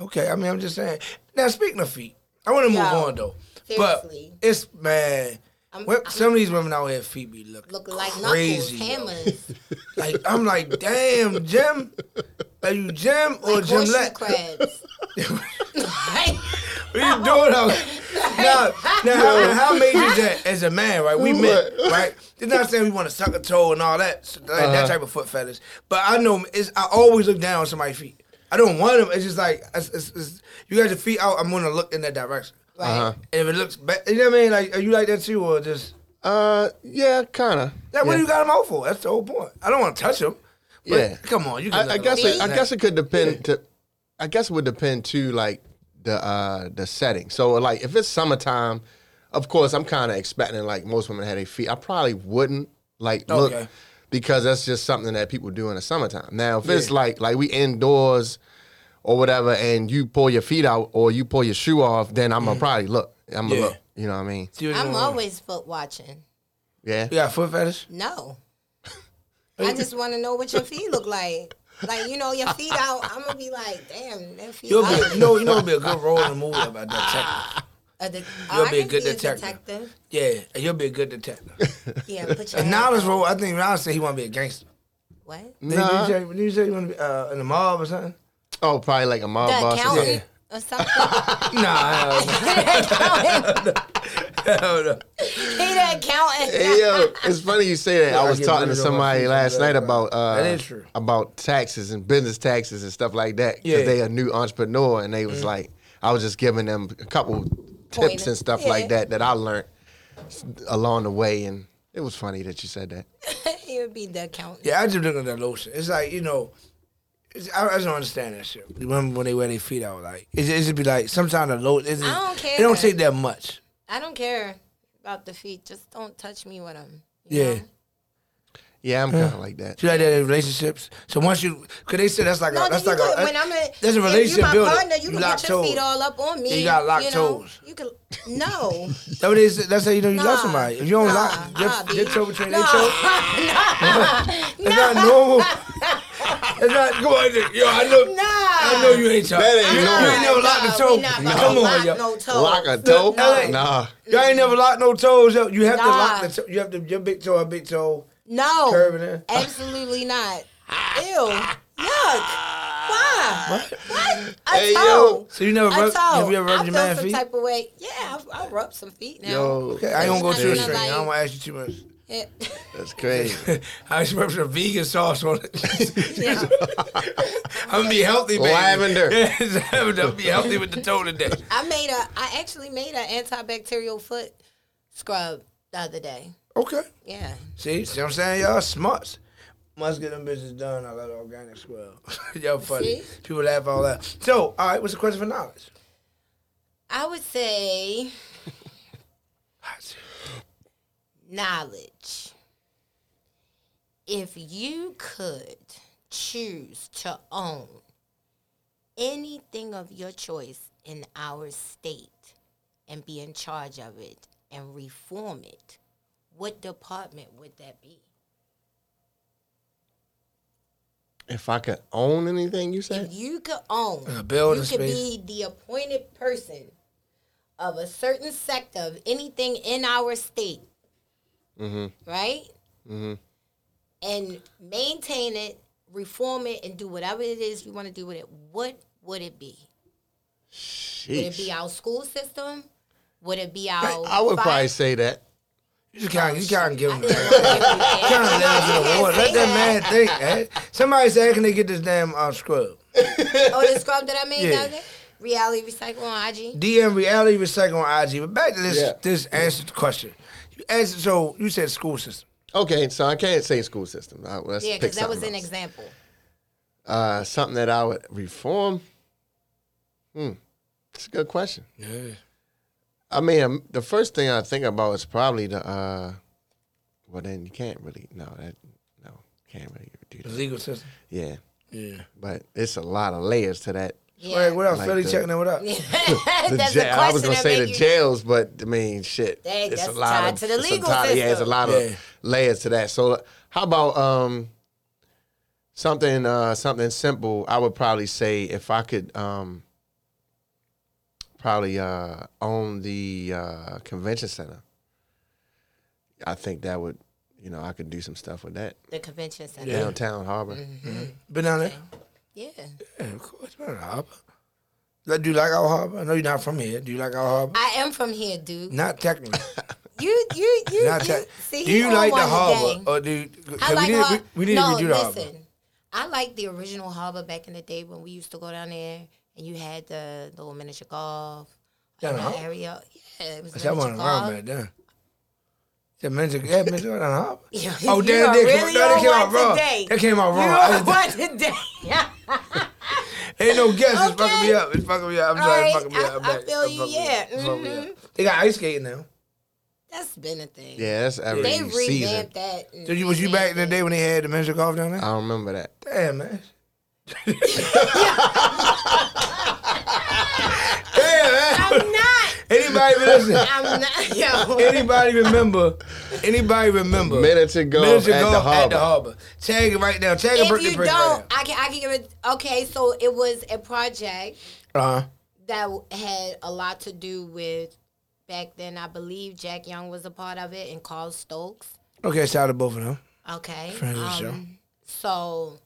Speaker 1: Okay, I mean, I'm just saying. Now, speaking of feet, I want to move
Speaker 3: Yo,
Speaker 1: on though.
Speaker 3: seriously.
Speaker 1: But it's man,
Speaker 3: I'm-
Speaker 1: what-
Speaker 3: I'm-
Speaker 1: some of these women out here feet be looking
Speaker 3: Look like
Speaker 1: crazy. yo.
Speaker 3: knuckles, hammers,
Speaker 1: Like I'm like, damn, Jim, are you Jim or
Speaker 3: like
Speaker 1: Jim
Speaker 3: horseshoe
Speaker 1: Let? What
Speaker 3: crabs. Like-
Speaker 1: you doing out? Now, now how, how major is that as a man, right? We men,
Speaker 2: What?
Speaker 1: right? It's not saying we want to suck a toe and all that, so- like
Speaker 2: Uh-huh.
Speaker 1: that type of foot fetish. But I know it's, I always look down on somebody's feet. I don't want them. It's just like it's, it's, it's, you got your feet out. I'm gonna look in that direction.
Speaker 3: Right.
Speaker 2: Uh-huh.
Speaker 1: And if it looks bad, you know what I mean? Like, are you like that too, or just
Speaker 2: Uh, yeah, kind of.
Speaker 1: like, what
Speaker 2: yeah.
Speaker 1: do you got them out for? That's the whole point. I don't want to touch them. But
Speaker 2: Yeah.
Speaker 1: come on, you. Can
Speaker 2: I, I guess. It,
Speaker 1: It,
Speaker 2: I guess it could depend. To, I guess it would depend to like the uh the setting. So like if it's summertime, of course I'm kind of expecting like most women had their feet. I probably wouldn't like look
Speaker 1: Okay.
Speaker 2: because that's just something that people do in the summertime. Now if it's
Speaker 1: Yeah.
Speaker 2: like like we indoors or whatever, and you pull your feet out or you pull your shoe off, then I'm gonna probably look. I'm gonna
Speaker 1: Mm. Yeah.
Speaker 2: look. You know what I mean?
Speaker 3: I'm always foot watching.
Speaker 2: Yeah.
Speaker 1: You got foot fetish?
Speaker 3: No. I just want to know what your feet look like. Like, you know, your feet out, I'm going to be like, damn, their feet
Speaker 1: You'll
Speaker 3: out.
Speaker 1: be no, you know, it'll be a good role in a movie about that. Tech.
Speaker 3: A det-
Speaker 1: You'll
Speaker 3: I
Speaker 1: be a
Speaker 3: can
Speaker 1: good
Speaker 3: be
Speaker 1: detective. Yeah, and you'll be a good detective.
Speaker 3: Yeah, put your
Speaker 1: And
Speaker 3: hand
Speaker 1: now this role, I think Ron said he want to be a gangster.
Speaker 3: What?
Speaker 1: Did
Speaker 2: Nah.
Speaker 1: you say, did you say you want to be uh, in the mob or something?
Speaker 2: Oh, probably like a mob
Speaker 3: The
Speaker 2: boss. or something.
Speaker 3: accountant or something.
Speaker 1: Nah, hell no. Hell no.
Speaker 3: he the accountant.
Speaker 2: Hey yo, it's funny you say that. I
Speaker 1: I
Speaker 2: was
Speaker 1: get
Speaker 2: talking to
Speaker 1: booted on my
Speaker 2: somebody
Speaker 1: feet
Speaker 2: last night
Speaker 1: sometimes, bro.
Speaker 2: about uh,
Speaker 1: That is true.
Speaker 2: about taxes and business taxes and stuff like that because
Speaker 1: Yeah. Mm.
Speaker 2: they a new entrepreneur and they was like, I was just giving them a couple tips
Speaker 3: Pointers.
Speaker 2: and stuff
Speaker 3: Yeah.
Speaker 2: like that that I learned along the way, and it was funny that you said that.
Speaker 3: he would be the accountant.
Speaker 1: Yeah, I just look at that lotion. It's like you know, it's, I, I just don't understand that shit. Remember when they wear their feet out? Like it, it should be like sometimes the lotion.
Speaker 3: I don't care.
Speaker 1: It don't take that much.
Speaker 3: I don't care. about the feet. Just don't touch me with them.
Speaker 1: Yeah.
Speaker 2: Yeah, I'm kind of like that.
Speaker 1: You like that in relationships? So once you, cause they say that's like
Speaker 3: No,
Speaker 1: a, that's
Speaker 3: you
Speaker 1: like
Speaker 3: good.
Speaker 1: a,
Speaker 3: when I'm in,
Speaker 1: that's a
Speaker 3: if you
Speaker 1: relationship
Speaker 3: my
Speaker 1: builder.
Speaker 3: partner, you, can
Speaker 1: locked
Speaker 3: get your
Speaker 1: toes.
Speaker 3: feet all up on me.
Speaker 1: Yeah, you got locked
Speaker 3: you know?
Speaker 1: toes.
Speaker 3: You can no.
Speaker 1: That what it is- that's how you know you love
Speaker 3: Nah,
Speaker 1: somebody. If you don't
Speaker 3: nah,
Speaker 1: lock your,
Speaker 3: nah, B.
Speaker 1: your toe between
Speaker 3: Nah.
Speaker 1: their toe, it's not normal. it's not. Come on, Nick. yo, I know.
Speaker 3: Nah.
Speaker 1: I know you ain't y'all.
Speaker 2: That ain't
Speaker 1: you
Speaker 2: normal.
Speaker 1: ain't never locked
Speaker 3: Nah,
Speaker 1: the toe.
Speaker 3: we not gonna
Speaker 1: Come
Speaker 3: lock
Speaker 1: on, yo.
Speaker 3: no toe.
Speaker 2: Lock a toe?
Speaker 1: No.
Speaker 2: Nah.
Speaker 1: Y'all ain't never locked no toes. Yo. You have to
Speaker 3: Nah.
Speaker 1: lock the toe. You have to your big toe, a big toe.
Speaker 3: No,
Speaker 1: Curve it in.
Speaker 3: absolutely not. Ew, yuck. Why? What? A
Speaker 2: Hey, yo.
Speaker 3: toe.
Speaker 1: So you never
Speaker 3: A
Speaker 1: rub,
Speaker 3: toe.
Speaker 1: have you ever
Speaker 3: I
Speaker 1: rubbed your
Speaker 3: feel
Speaker 1: man
Speaker 3: some
Speaker 1: feet?
Speaker 3: type of way. Yeah, I, I rub some feet now.
Speaker 2: Yo,
Speaker 1: Okay, I ain't gonna go
Speaker 3: That's
Speaker 1: to a
Speaker 3: crazy.
Speaker 1: string. I don't want to ask you too much.
Speaker 3: Yeah.
Speaker 2: that's crazy.
Speaker 1: I just rubbed some vegan sauce on it.
Speaker 3: Yeah.
Speaker 1: I'm gonna be healthy, baby.
Speaker 2: Lavender.
Speaker 1: Yeah, I'm gonna be healthy with the toe today.
Speaker 3: I made a. I actually made an antibacterial foot scrub the other day.
Speaker 1: Okay.
Speaker 3: Yeah.
Speaker 1: See, see what I'm saying? Y'all smuts. Must get them business done. I love organic swell. Y'all funny.
Speaker 3: See?
Speaker 1: People laugh all that. So, all right, what's the question for knowledge?
Speaker 3: I would say knowledge. If you could choose to own anything of your choice in our state and be in charge of it and reform it, what department would that be?
Speaker 2: If I could own anything, you
Speaker 3: If
Speaker 2: said?
Speaker 3: you could own,
Speaker 1: A building
Speaker 3: you could
Speaker 1: space.
Speaker 3: be the appointed person of a certain sector of anything in our state,
Speaker 1: Mm-hmm.
Speaker 3: right? And maintain it, reform it, and do whatever it is you want to do with it. What would it be? Would it be
Speaker 2: Sheesh.
Speaker 3: our school system? Would it be
Speaker 2: I,
Speaker 3: our?
Speaker 2: I would
Speaker 3: fi-
Speaker 2: probably say that.
Speaker 1: You just kind of, you kind of give them
Speaker 3: I
Speaker 1: that.
Speaker 3: didn't wanna give
Speaker 1: Kind of let them get award. Let
Speaker 3: you
Speaker 1: that man think. eh? Somebody said, can they get this damn uh, scrub?
Speaker 3: that. Oh, the scrub that I made
Speaker 1: Yeah.
Speaker 3: yeah. day? Reality recycle on IG.
Speaker 1: DM reality recycle on IG. But back to this,
Speaker 2: Yeah.
Speaker 1: this answer to the question. You answered, so you said school system.
Speaker 2: Okay, so I can't say school system. I, let's
Speaker 3: Yeah,
Speaker 2: pick
Speaker 3: because that was
Speaker 2: something
Speaker 3: an
Speaker 2: else.
Speaker 3: example.
Speaker 2: Uh, something that I would reform. Hmm, it's a good question.
Speaker 1: Yeah.
Speaker 2: I mean, um, the first thing I think about is probably the. uh Well, then you can't really no that no can't really do
Speaker 1: The
Speaker 2: that.
Speaker 1: legal system.
Speaker 2: Yeah,
Speaker 1: Yeah.
Speaker 2: but it's a lot of layers to that.
Speaker 1: All right,
Speaker 3: Yeah.
Speaker 1: what else?
Speaker 2: Like
Speaker 1: Philly
Speaker 2: the-
Speaker 1: checking in, what up?
Speaker 2: The
Speaker 3: That's a
Speaker 2: jail- I was
Speaker 3: question
Speaker 2: gonna
Speaker 3: that
Speaker 2: say
Speaker 3: make
Speaker 2: the
Speaker 3: you-
Speaker 2: jails, but I mean, shit.
Speaker 3: That-
Speaker 2: it's a
Speaker 3: that's
Speaker 2: lot
Speaker 3: tied
Speaker 2: of,
Speaker 3: to the
Speaker 2: it's a
Speaker 3: legal
Speaker 2: lot- Yeah, it's a
Speaker 3: system.
Speaker 2: lot
Speaker 1: Yeah.
Speaker 2: of layers to that. So, uh, how about um something uh something simple? I would probably say if I could um probably uh own the uh convention center. I think that would, you know, I could do some stuff with that
Speaker 3: The convention center. Yeah.
Speaker 2: downtown harbor.
Speaker 1: Been down there? Yeah, of course. Been in harbor. Like, Do you like our harbor? I know you're not from here. Do you like our harbor?
Speaker 3: I am from here, dude.
Speaker 1: Not technically.
Speaker 3: You, you, you,
Speaker 1: Not
Speaker 3: you
Speaker 1: tech-
Speaker 3: see,
Speaker 1: do
Speaker 3: he
Speaker 1: you
Speaker 3: on
Speaker 1: like the
Speaker 3: one
Speaker 1: harbor?
Speaker 3: today.
Speaker 1: Or do you,
Speaker 3: I like
Speaker 1: we need,
Speaker 3: har-
Speaker 1: we, we need
Speaker 3: no,
Speaker 1: to redo the
Speaker 3: listen.
Speaker 1: harbor.
Speaker 3: I like the original harbor back in the day when we used to go down there and you had the little miniature golf
Speaker 1: Down the
Speaker 3: in the
Speaker 1: harbor?
Speaker 3: area. Yeah, it was
Speaker 1: That one
Speaker 3: miniature
Speaker 1: around
Speaker 3: golf.
Speaker 1: back then. That mention, that mention down the harbor.
Speaker 3: Yeah,
Speaker 1: Oh,
Speaker 3: you
Speaker 1: damn,
Speaker 3: are
Speaker 1: they came-
Speaker 3: really
Speaker 1: no, they
Speaker 3: on
Speaker 1: came
Speaker 3: one
Speaker 1: out wrong.
Speaker 3: today.
Speaker 1: They came out
Speaker 3: You
Speaker 1: wrong.
Speaker 3: are
Speaker 1: I-
Speaker 3: one today.
Speaker 1: Ain't no guess. It's
Speaker 3: Okay.
Speaker 1: fucking me up. It's fucking me up. I'm
Speaker 3: All
Speaker 1: sorry. It's
Speaker 3: right,
Speaker 1: fucking me
Speaker 3: I-
Speaker 1: up. I'm
Speaker 3: I
Speaker 1: back.
Speaker 3: feel
Speaker 1: I'm
Speaker 3: you,
Speaker 1: fucking me up.
Speaker 3: yeah, Mm-hmm.
Speaker 1: It's fucking me up. They got ice skating now.
Speaker 3: That's been a thing.
Speaker 2: Yeah, that's every
Speaker 3: They
Speaker 2: season.
Speaker 3: revamped that. and
Speaker 1: So you, was you back in the
Speaker 3: revamped it.
Speaker 1: day when they had the men's golf down there?
Speaker 2: I don't remember that.
Speaker 1: Damn, man. Damn, man.
Speaker 3: I'm not.
Speaker 1: Anybody listen?
Speaker 3: I'm not. Yo.
Speaker 1: Anybody remember? Anybody remember?
Speaker 2: Minutes ago,
Speaker 1: Minutes
Speaker 2: at,
Speaker 1: ago
Speaker 2: the harbor.
Speaker 1: at the harbor. Tag it right now. Tag a
Speaker 3: If
Speaker 1: birthday
Speaker 3: you
Speaker 1: break
Speaker 3: don't,
Speaker 1: right
Speaker 3: I can I can give it. Okay, so it was a project
Speaker 1: now. Uh-huh.
Speaker 3: that had a lot to do with back then. I believe Jack Young was a part of it and Carl Stokes.
Speaker 1: Okay, shout out to both of them.
Speaker 3: Okay, Um,
Speaker 1: Friend of the show.
Speaker 3: so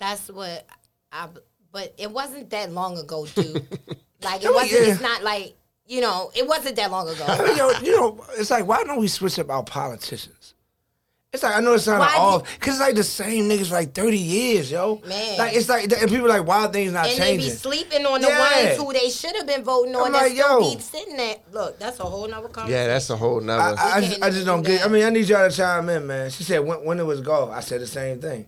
Speaker 3: that's what I. But it wasn't that long ago, dude. like it wasn't.
Speaker 1: Oh, yeah.
Speaker 3: It's not like you know. It wasn't that long ago.
Speaker 1: I mean, yo, you know, it's like, why don't we switch up our politicians? It's like I know it's not
Speaker 3: Why
Speaker 1: an
Speaker 3: do-
Speaker 1: off because it's like the same niggas for like thirty years, yo.
Speaker 3: Man.
Speaker 1: like it's like and people are like why are things not
Speaker 3: and they be
Speaker 1: changing?
Speaker 3: sleeping on the
Speaker 1: Yeah.
Speaker 3: ones who they should have been voting on.
Speaker 1: I'm
Speaker 3: that
Speaker 1: like,
Speaker 3: still
Speaker 1: yo.
Speaker 3: be sitting there. Look, that's a whole nother conversation.
Speaker 2: Yeah, that's a whole nother.
Speaker 1: I, I, I just,
Speaker 3: can't
Speaker 1: I
Speaker 3: even
Speaker 1: just
Speaker 3: do
Speaker 1: don't get. I
Speaker 3: that.
Speaker 1: mean, I need y'all to chime in, man. She said when, when it was golf, I said the same thing.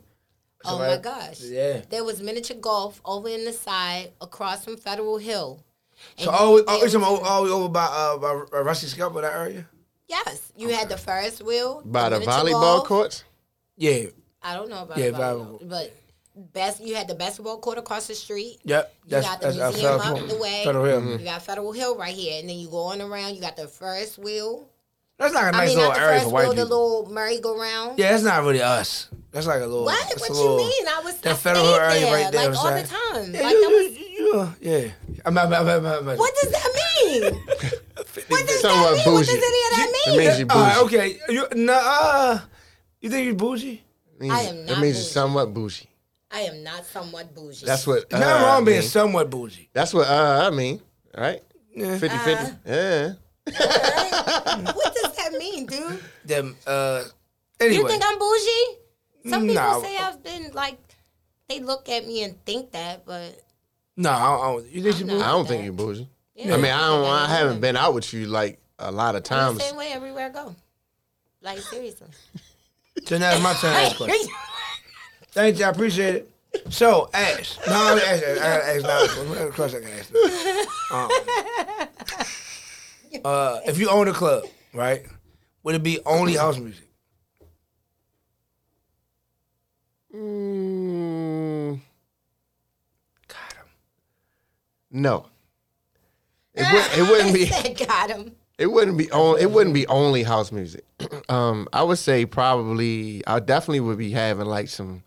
Speaker 3: Oh my
Speaker 1: Somebody-
Speaker 3: gosh.
Speaker 1: Yeah.
Speaker 3: There was miniature golf over in the side across from Federal Hill.
Speaker 1: So oh,
Speaker 3: And
Speaker 1: always,
Speaker 3: they
Speaker 1: always,
Speaker 3: would-
Speaker 1: oh, always, always over by uh by Rusty Scalper that area.
Speaker 3: Yes, you had the Ferris wheel
Speaker 2: By the
Speaker 3: miniature
Speaker 2: volleyball
Speaker 3: golf.
Speaker 2: courts?
Speaker 1: Yeah.
Speaker 3: I don't know about
Speaker 1: Yeah,
Speaker 3: the volleyball,
Speaker 1: volleyball.
Speaker 3: but best you had the basketball court across the street.
Speaker 1: Yep.
Speaker 3: You got the
Speaker 1: that's
Speaker 3: museum
Speaker 1: Federal
Speaker 3: up the
Speaker 1: Hill.
Speaker 3: way.
Speaker 1: Federal Hill.
Speaker 2: Mm-hmm.
Speaker 3: You got Federal Hill right here, and then you go on around. You got the Ferris wheel.
Speaker 1: That's like a nice
Speaker 3: I mean,
Speaker 1: little
Speaker 3: not the
Speaker 1: area
Speaker 3: Ferris
Speaker 1: for
Speaker 3: wheel,
Speaker 1: white
Speaker 3: the
Speaker 1: people.
Speaker 3: little merry-go-round.
Speaker 1: yeah, that's not really us. That's like a little.
Speaker 3: What?
Speaker 1: that's
Speaker 3: What
Speaker 1: a
Speaker 3: you
Speaker 1: little-
Speaker 3: mean? I was
Speaker 1: that
Speaker 3: I
Speaker 1: Federal
Speaker 3: stayed
Speaker 1: area
Speaker 3: there,
Speaker 1: right there,
Speaker 3: like
Speaker 1: I'm
Speaker 3: all
Speaker 1: sorry.
Speaker 3: the time.
Speaker 1: Yeah,
Speaker 3: like
Speaker 1: you-
Speaker 3: that was,
Speaker 1: you- you- uh, yeah. I'm not. I'm not. I'm not- I'm not-
Speaker 3: what does that mean? what does
Speaker 2: Somewhat
Speaker 3: that mean? What does
Speaker 2: bougie.
Speaker 3: any of that
Speaker 2: It
Speaker 3: mean?
Speaker 2: means you
Speaker 1: All right,
Speaker 2: bougie.
Speaker 1: okay. You nah. Uh, you think you bougie?
Speaker 2: Means-
Speaker 3: I
Speaker 2: That
Speaker 3: am not
Speaker 2: means you're
Speaker 3: bougie.
Speaker 2: somewhat bougie.
Speaker 3: I am not somewhat bougie.
Speaker 2: That's what.
Speaker 1: Not
Speaker 2: uh,
Speaker 1: wrong being
Speaker 2: mean.
Speaker 1: somewhat bougie.
Speaker 2: That's what uh, I mean. All right.
Speaker 1: Yeah.
Speaker 2: 50
Speaker 3: Uh-huh.
Speaker 2: 50. Yeah.
Speaker 3: what does that mean, dude?
Speaker 1: Them. Uh.
Speaker 3: You
Speaker 1: Anyway.
Speaker 3: think I'm bougie? Some people
Speaker 1: No.
Speaker 3: say I've been like, they look at me and think that, but
Speaker 1: No. I don't, I don't- you think you
Speaker 3: I'm
Speaker 1: bougie?
Speaker 2: I
Speaker 3: not.
Speaker 2: don't think you're bougie.
Speaker 3: Yeah.
Speaker 2: I mean, I don't.
Speaker 3: Yeah.
Speaker 2: I haven't been out with you like a lot of
Speaker 3: I'm
Speaker 2: times.
Speaker 3: the same way everywhere I go. Like seriously.
Speaker 1: So now it's my turn. to ask questions.
Speaker 3: Wait,
Speaker 1: Thank you. I appreciate it. So, Ash. No, I'm gonna ask. I gotta ask now. What other question I can ask now? Um, uh, if you own a club, right? Would it be only house music?
Speaker 2: Mm,
Speaker 1: Got him.
Speaker 2: no. It,
Speaker 3: Ah,
Speaker 2: would, it wouldn't be.
Speaker 3: got him.
Speaker 2: It wouldn't be on. It wouldn't be only house music. um, I would say probably. I definitely would be having like some,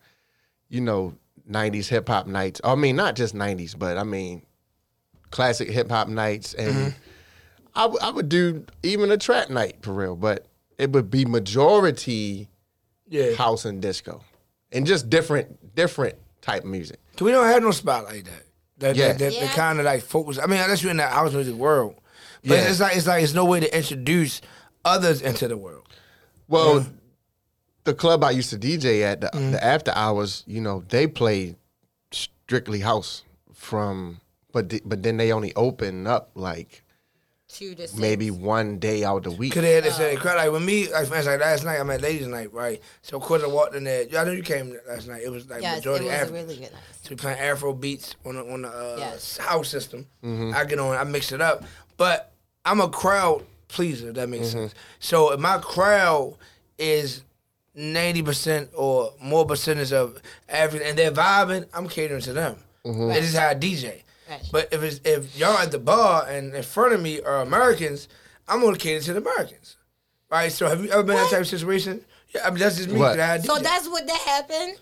Speaker 2: you know, '90s hip hop nights. I mean, not just '90s, but I mean, classic hip hop nights. And I w- I would do even a trap night for real, but it would be majority
Speaker 1: Yeah.
Speaker 2: house and disco, and just different different type of music.
Speaker 1: So we don't have no spot like that. That,
Speaker 2: Yeah.
Speaker 1: that, that,
Speaker 3: Yeah.
Speaker 1: kind of like focus. I mean, unless you're in that house music world, but
Speaker 2: Yeah.
Speaker 1: it's like it's like it's no way to introduce others into the world.
Speaker 2: Well, the club I used to DJ at, the,
Speaker 1: Mm-hmm.
Speaker 2: the after hours, you know, they played strictly house from, but th- but then they only open up like
Speaker 3: Two to six.
Speaker 2: maybe one day out the week.
Speaker 1: Cause they had this uh, crowd. Like with me, like for instance, like last night I'm at ladies' night, right? So of course I walked in there. I know you came last night. It was like
Speaker 3: Yes, it was
Speaker 1: majority African.
Speaker 3: really good. night.
Speaker 1: So we playing Afro beats on the, on the uh,
Speaker 3: Yes.
Speaker 1: house system. I get on, I mix it up, but I'm a crowd pleaser. If that makes sense. So if my crowd is ninety percent or more percentage of everything, and they're vibing, I'm catering to them. This is how I DJ.
Speaker 3: Right.
Speaker 1: But if it's if y'all at the bar and in front of me are Americans, I'm gonna cater to the Americans. Right? So have you ever been in that type of situation? Yeah, I mean that's just me.
Speaker 2: What?
Speaker 1: 'cause I
Speaker 3: So
Speaker 1: DJ.
Speaker 3: that's what that happened.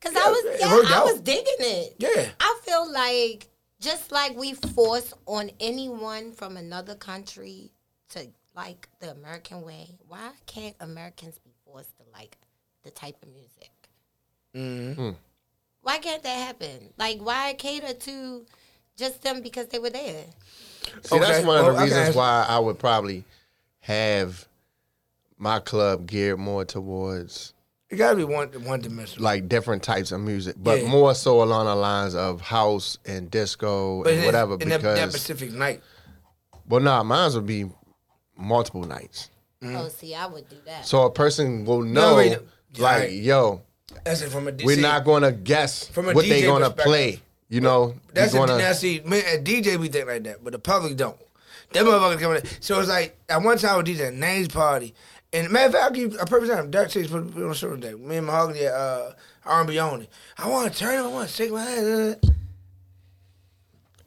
Speaker 3: Cause
Speaker 1: Yeah,
Speaker 3: I was,
Speaker 1: it
Speaker 3: yeah,
Speaker 1: worked
Speaker 3: I
Speaker 1: out.
Speaker 3: was digging it.
Speaker 1: Yeah.
Speaker 3: I feel like just like we force on anyone from another country to like the American way. Why can't Americans be forced to like the type of music?
Speaker 1: Mm-hmm.
Speaker 2: Hmm.
Speaker 3: Why can't that happen? Like, why cater to just them because they were there?
Speaker 2: See, that's
Speaker 1: Okay.
Speaker 2: one of the
Speaker 1: Well, okay.
Speaker 2: reasons why I would probably have my club geared more towards
Speaker 1: it gotta be one one dimensional.
Speaker 2: like different types of music, but
Speaker 1: Yeah.
Speaker 2: more so along the lines of house and disco
Speaker 1: But
Speaker 2: and
Speaker 1: it's-
Speaker 2: whatever.
Speaker 1: in that,
Speaker 2: Because
Speaker 1: that Pacific night.
Speaker 2: well, nah, mine's would be multiple nights.
Speaker 1: Mm-hmm.
Speaker 3: Oh, see, I would do that.
Speaker 2: So a person will
Speaker 1: No,
Speaker 2: know,
Speaker 1: wait,
Speaker 2: like,
Speaker 1: right.
Speaker 2: yo,
Speaker 1: That's it from a DC.
Speaker 2: we're not going to guess
Speaker 1: From a
Speaker 2: what they
Speaker 1: DJ
Speaker 2: going to
Speaker 1: perspective,
Speaker 2: play. You know,
Speaker 1: That's
Speaker 2: we
Speaker 1: the
Speaker 2: gonna,
Speaker 1: now see, man, a DJ we think like that, but the public don't. Them motherfuckers coming. in. So it's like at one time I was DJing Name's party, and matter of fact, I'll give you a perfect time. Dark Chase put put on a show today. Me and Mahogany at uh, R&B only. I want to turn it. I want to shake my head.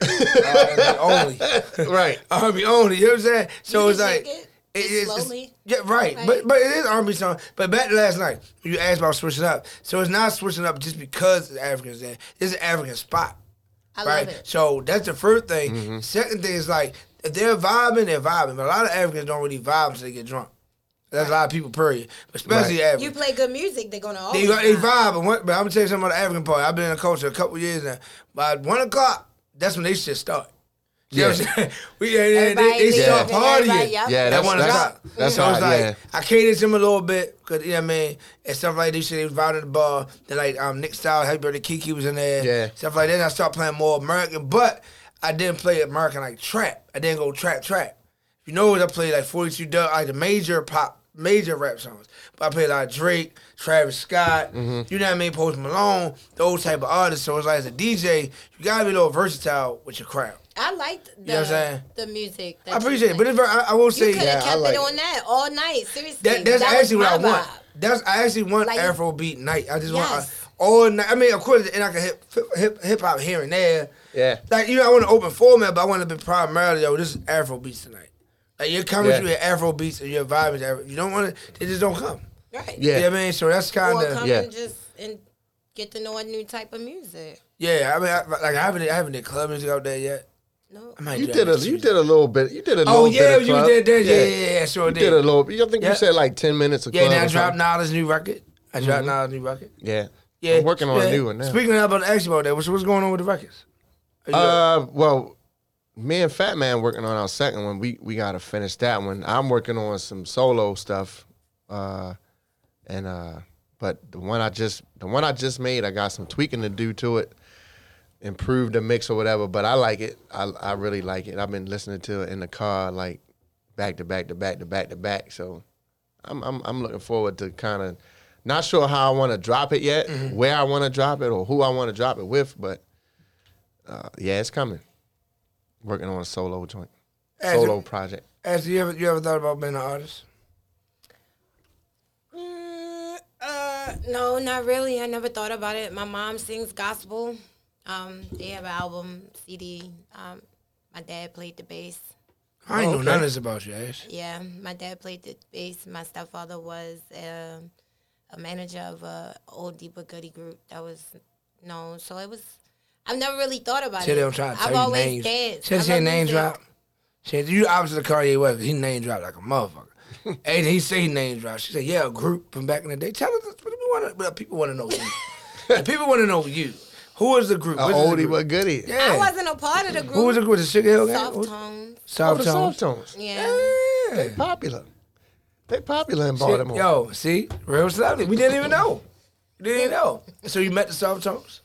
Speaker 1: uh. R&B only.
Speaker 2: right.
Speaker 1: R&B only. You know what I'm saying? So
Speaker 3: You
Speaker 1: it's
Speaker 3: can
Speaker 1: like.
Speaker 3: shake it,
Speaker 1: it-
Speaker 3: just
Speaker 1: it's- it's-
Speaker 3: slowly.
Speaker 1: yeah, right.
Speaker 3: Right.
Speaker 1: But but it is R&B song. But back to last night, you asked about switching up. So it's not switching up just because it's Africans there. It's an African spot
Speaker 3: I
Speaker 1: right?
Speaker 3: love it.
Speaker 1: So that's the first thing. Second thing is like if they're vibing, they're vibing. But a lot of Africans don't really vibe until they get drunk. That's a lot of people, period. Especially Africans.
Speaker 3: You play good music, they're gonna always.
Speaker 1: They, they
Speaker 3: smile.
Speaker 1: vibe, but, one, but I'm gonna tell you something about the African part. I've been in the culture a couple years now. By one o'clock, that's when they shit start. You know what I'm saying? We, they- they,
Speaker 3: Everybody
Speaker 1: they, they
Speaker 3: leaving,
Speaker 1: start
Speaker 3: everybody-
Speaker 1: partying.
Speaker 3: yep.
Speaker 2: Yeah,
Speaker 1: At
Speaker 2: that's
Speaker 1: one
Speaker 2: that's
Speaker 1: o'clock.
Speaker 2: that's
Speaker 1: so it's
Speaker 2: hard.
Speaker 1: like
Speaker 2: yeah.
Speaker 1: I catered to him a little bit because you know what I mean, and stuff like this. Shit, they was out at the bar. Then like um, Nick Style, Happy Birthday Kiki was in there.
Speaker 2: Yeah.
Speaker 1: stuff like that. And I started playing more American, but I didn't play American like trap. I didn't go trap trap. You know, I played like 42 Doug, like the major pop, major rap songs. But I played like Drake, Travis Scott,
Speaker 2: Mm-hmm.
Speaker 1: you know what I mean, Post Malone, those type of artists. So it's like as a DJ, you gotta be a little versatile with your crowd.
Speaker 3: I liked the,
Speaker 1: know what I'm saying?
Speaker 3: the music. that
Speaker 1: I
Speaker 3: you
Speaker 1: appreciate it, but it's
Speaker 3: played.
Speaker 1: very, I, I will
Speaker 3: you
Speaker 1: say
Speaker 3: could have
Speaker 2: Yeah, I
Speaker 3: kept
Speaker 2: like
Speaker 3: it
Speaker 2: it.
Speaker 3: on that all night. Seriously,
Speaker 1: that, that's
Speaker 3: That was
Speaker 1: actually what I
Speaker 3: my
Speaker 1: want.
Speaker 3: vibe.
Speaker 1: That's I actually want
Speaker 3: Like-
Speaker 1: Afrobeat night. I just want uh,
Speaker 3: Yes.
Speaker 1: all night. I mean, of course, and I can hip hip hip hop here and there.
Speaker 2: Yeah.
Speaker 1: Like you know, I want to open format, but I want to be primarily yo. This is Afro beats tonight. Like you're coming
Speaker 2: Yeah.
Speaker 1: through your Afro beats and your vibe is Afro. You don't want to. They just don't come.
Speaker 2: Yeah.
Speaker 3: Right.
Speaker 1: Yeah, you know what I mean. So that's kind
Speaker 3: Or
Speaker 1: of
Speaker 3: come
Speaker 2: Yeah.
Speaker 3: and just and get to know a new type of music.
Speaker 1: yeah. I mean, I, like I haven't I haven't did club music out there yet.
Speaker 3: No.
Speaker 1: I might
Speaker 2: You
Speaker 1: do
Speaker 2: did
Speaker 1: that
Speaker 2: a
Speaker 1: next
Speaker 2: you
Speaker 1: Tuesday.
Speaker 2: did a little bit. You did a little
Speaker 1: Oh yeah,
Speaker 2: bit. of
Speaker 1: you
Speaker 2: club.
Speaker 1: did that. Yeah, yeah, yeah, sure
Speaker 2: You did a
Speaker 1: did.
Speaker 2: little. You think
Speaker 1: Yeah.
Speaker 2: you said like ten minutes of
Speaker 1: Yeah,
Speaker 2: club
Speaker 1: now I
Speaker 2: or
Speaker 1: dropped
Speaker 2: something? Mm-hmm.
Speaker 1: Nala's new record. I dropped Nala's new record.
Speaker 2: Yeah,
Speaker 1: Yeah,
Speaker 2: I'm working on
Speaker 1: yeah.
Speaker 2: a new one now.
Speaker 1: Speaking of that, I'm about to ask you about that. What's, what's going on with the records? Are you-
Speaker 2: Uh, well, me and Fat Man working on our second one. We we gotta finish that one. I'm working on some solo stuff, uh, and uh, but the one I just the one I just made, I got some tweaking to do to it, improve the mix or whatever. But I like it. I I really like it. I've been listening to it in the car like back to back to back to back to back. So I'm I'm I'm looking forward to kind of not sure how I want to drop it yet,
Speaker 1: Mm-hmm.
Speaker 2: where I want to drop it, or who I want to drop it with, but. uh, Yeah, it's coming. Working on a solo joint,
Speaker 1: As a-
Speaker 2: solo project.
Speaker 1: Ashley, you ever you ever thought about being an artist?
Speaker 3: Mm, uh, no, not really. I never thought about it. My mom sings gospel. Um, they have an album CD. Um, my dad played the bass.
Speaker 1: I ain't
Speaker 2: Oh,
Speaker 1: know
Speaker 2: okay.
Speaker 1: none of this about you, Ash.
Speaker 3: Yeah, my dad played the bass. My stepfather was um a manager of a old Deepa Goody group that was known. So it was. I've never really thought about
Speaker 1: Say
Speaker 3: it.
Speaker 1: they don't try to
Speaker 3: I've
Speaker 1: tell you
Speaker 3: always
Speaker 1: names.
Speaker 3: danced.
Speaker 1: Say
Speaker 3: I
Speaker 1: say
Speaker 3: love
Speaker 1: name
Speaker 3: music.
Speaker 1: drop. Say you opposite of Kanye West. He name dropped like a motherfucker. and he say he name dropped. She said, yeah, a group from back in the day. Tell us, what do we want? Well, people want to know you. The people want to know you. Who is the group?
Speaker 2: A
Speaker 1: What is the
Speaker 2: oldie
Speaker 1: group?
Speaker 2: but goodie. Yeah.
Speaker 3: I
Speaker 1: Yeah.
Speaker 3: wasn't a part of the group.
Speaker 1: Who was the group? The Sugar Hill Gang?
Speaker 3: Soft
Speaker 1: Who-
Speaker 3: tones.
Speaker 2: Oh,
Speaker 1: Soft
Speaker 2: the
Speaker 1: Tones.
Speaker 2: soft tones.
Speaker 3: Yeah.
Speaker 2: They popular. They popular in Baltimore.
Speaker 1: Yo, see, real celebrity. We didn't even know. We didn't even know. So you met the Soft Tones?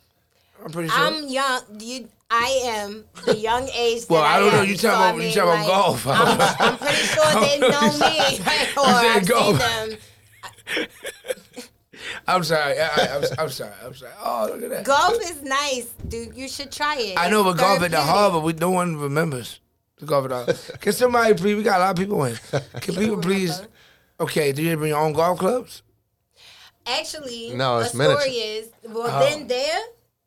Speaker 1: I'm pretty sure.
Speaker 3: I'm young. You, I am the young age.
Speaker 1: Well,
Speaker 3: that
Speaker 1: I don't know. You talking
Speaker 3: am. So, I
Speaker 1: about- you
Speaker 3: mean,
Speaker 1: talking about
Speaker 3: like,
Speaker 1: golf.
Speaker 3: I'm, I'm pretty sure they know me, or
Speaker 1: said
Speaker 3: I've
Speaker 1: golf.
Speaker 3: seen them.
Speaker 1: I'm sorry. I, I, I'm, I'm sorry. I'm sorry. Oh, look at that.
Speaker 3: Golf is nice, dude. You should try it.
Speaker 1: I know, but
Speaker 3: It's
Speaker 1: golf at the
Speaker 3: therapeutic.
Speaker 1: harbor, we no one remembers the golf at the harbor. Can somebody please? We got a lot of people in. Can people please?
Speaker 3: remember.
Speaker 1: Okay, do you bring your own golf clubs?
Speaker 3: Actually,
Speaker 2: No, it's
Speaker 3: Astoria
Speaker 2: miniature.
Speaker 3: is well.
Speaker 1: Oh.
Speaker 3: Then there,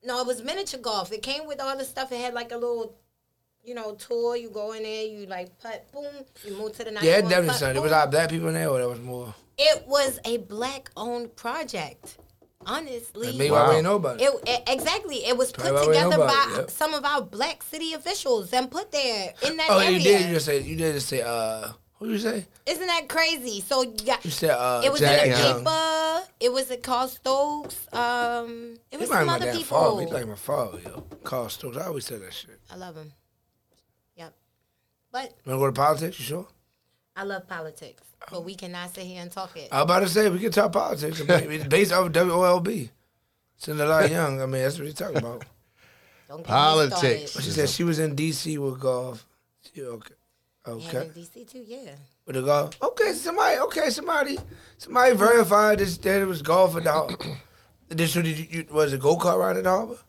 Speaker 3: no, it was miniature golf. It came with all the stuff. It had like a little, you know, tour. You go in there, you like putt, boom. You move to the next
Speaker 1: Yeah, it
Speaker 3: one.
Speaker 1: definitely
Speaker 3: putt,
Speaker 1: sounded. There
Speaker 3: boom.
Speaker 1: was our black people in there, or there was more.
Speaker 3: It was a black-owned project. Honestly,
Speaker 1: Maybe
Speaker 2: Wow.
Speaker 1: I didn't know about it.
Speaker 3: It, it- exactly. It was put
Speaker 1: Probably already know
Speaker 3: together by
Speaker 1: about it, yep.
Speaker 3: some of our black city officials and put there in that
Speaker 1: Oh,
Speaker 3: area.
Speaker 1: you did. You just say. You did just say. Uh, who you say?
Speaker 3: Isn't that crazy? So you got,
Speaker 1: You said. Uh,
Speaker 3: it was
Speaker 1: Jack
Speaker 3: in a
Speaker 1: Young.
Speaker 3: paper. It was at Carl Stokes. Um,
Speaker 1: He
Speaker 3: it was
Speaker 1: like
Speaker 3: some
Speaker 1: my
Speaker 3: other
Speaker 1: damn
Speaker 3: people.
Speaker 1: father. He like my father. Yo, Carl Stokes. I always said that shit.
Speaker 3: I love him. Yep. But
Speaker 1: You wanna go to politics? You sure?
Speaker 3: I love politics. But we cannot sit here and talk it.
Speaker 1: I was about to say we can talk politics. I mean, it's based off of WOLB. Cinderella Young. I mean, that's what he's talking about.
Speaker 3: Don't get
Speaker 2: Politics.
Speaker 1: But she said she was in D.C. with golf. She, okay,
Speaker 3: Me
Speaker 1: okay,
Speaker 3: started. And in DC too, yeah.
Speaker 1: with the golf. Okay, somebody, okay, somebody, somebody verified this that it was golf at the harbor. This so did you, you was a go kart ride at the harbor?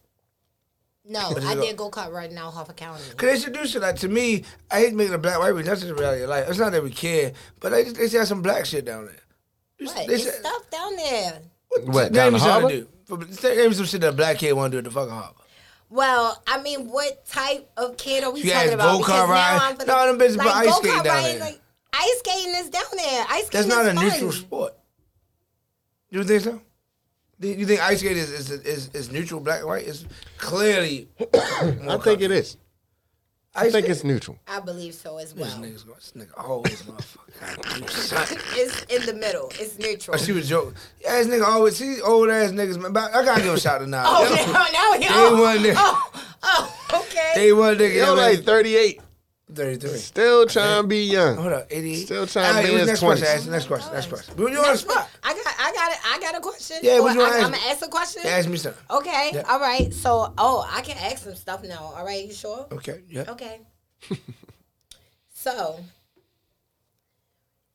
Speaker 3: No, I did go kart right now, Harford County.
Speaker 1: Cause they should do shit like to me. I hate making a black white. people. That's just the reality of life. It's not that we care, but they just, they just have some black shit down there.
Speaker 3: What?
Speaker 1: They
Speaker 3: It's
Speaker 1: said-
Speaker 3: stuff down there.
Speaker 1: Name
Speaker 2: What down the
Speaker 1: me something
Speaker 2: harbor?
Speaker 1: to do. For- Name me some shit that a black kid want to do at the fucking harbor.
Speaker 3: Well, I mean, what type of kid are we
Speaker 1: You
Speaker 3: talking
Speaker 1: ask
Speaker 3: about?
Speaker 1: go-kart
Speaker 3: Because
Speaker 1: ride-
Speaker 3: now I'm finna-
Speaker 1: No, them bitches put ice
Speaker 3: go-kart
Speaker 1: skating down
Speaker 3: riding,
Speaker 1: there.
Speaker 3: Like, ice skating is down there. Ice
Speaker 1: That's
Speaker 3: skating
Speaker 1: not
Speaker 3: is
Speaker 1: a
Speaker 3: fun.
Speaker 1: neutral sport. You think so? Do You think ice skating is is, is, is neutral black and white? It's clearly.
Speaker 2: I think it is. I
Speaker 1: Ice
Speaker 2: think
Speaker 1: skating-
Speaker 2: it's neutral.
Speaker 3: I believe so as
Speaker 1: This
Speaker 3: well.
Speaker 1: nigga's going. This nigga always motherfucker. You son.
Speaker 3: It's in the middle. It's neutral.
Speaker 1: Oh, She was joking. Ass nigga always. He old ass niggas. Man, But I gotta give a shout to Nas.
Speaker 3: oh, now, now, now.
Speaker 1: They won there.
Speaker 3: Oh, oh, okay.
Speaker 1: They one nigga.
Speaker 2: Yo, like 38,
Speaker 1: thirty three.
Speaker 2: still trying to be young.
Speaker 1: Hold up, eighty eight.
Speaker 2: Still trying to be in his
Speaker 1: Next question.
Speaker 2: 20s.
Speaker 1: Ask, next question. Next question. When you on the
Speaker 3: Next one.
Speaker 1: spot,
Speaker 3: I got, I got, it. I got a question.
Speaker 1: Yeah, what you
Speaker 3: Or
Speaker 1: wanna
Speaker 3: I'm,
Speaker 1: ask
Speaker 3: I'm
Speaker 1: me?
Speaker 3: gonna ask a question.
Speaker 1: ask me something.
Speaker 3: Okay.
Speaker 1: Yeah.
Speaker 3: All right. So, oh, I can ask some stuff now. All right. You sure?
Speaker 1: Okay. Yeah.
Speaker 3: Okay. so,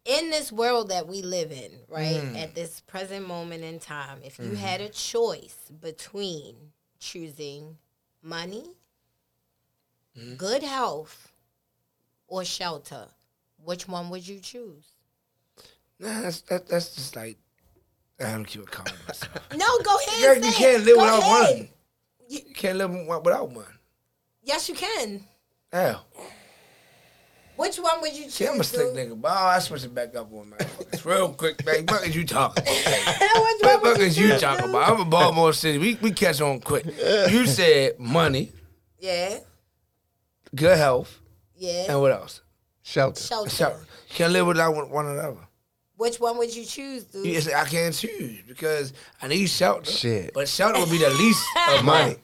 Speaker 3: in this world that we live in, right,
Speaker 1: Hmm.
Speaker 3: at this present moment in time, if you had a choice between choosing money
Speaker 1: Hmm?
Speaker 3: good health, or shelter, which one would you choose?
Speaker 1: Nah, that's that, that's just like I don't keep a comment myself.
Speaker 3: No, go
Speaker 1: you,
Speaker 3: ahead.
Speaker 1: you
Speaker 3: say it.
Speaker 1: can't live
Speaker 3: Go
Speaker 1: without
Speaker 3: ahead.
Speaker 1: one. You can't live wi- without one.
Speaker 3: Yes, you can.
Speaker 1: Hell,
Speaker 3: Which one would you choose?
Speaker 1: see, I'm a slick
Speaker 3: dude?
Speaker 1: nigga, but I switch it back up on my real quick. Like, what is you talking? About?
Speaker 3: Which
Speaker 1: What
Speaker 3: one
Speaker 1: the
Speaker 3: would
Speaker 1: fuck is you talking about? I'm a Baltimore City. We we catch on quick. You said money,
Speaker 3: Yeah,
Speaker 1: good health,
Speaker 3: yeah.
Speaker 1: and what else?
Speaker 2: Shelter.
Speaker 3: Shelter.
Speaker 1: So can't live without one- one another.
Speaker 3: Which one would you choose, dude?
Speaker 1: You say, I can't choose because I need shelter.
Speaker 2: Shit.
Speaker 1: But shelter would be the least of
Speaker 2: Money.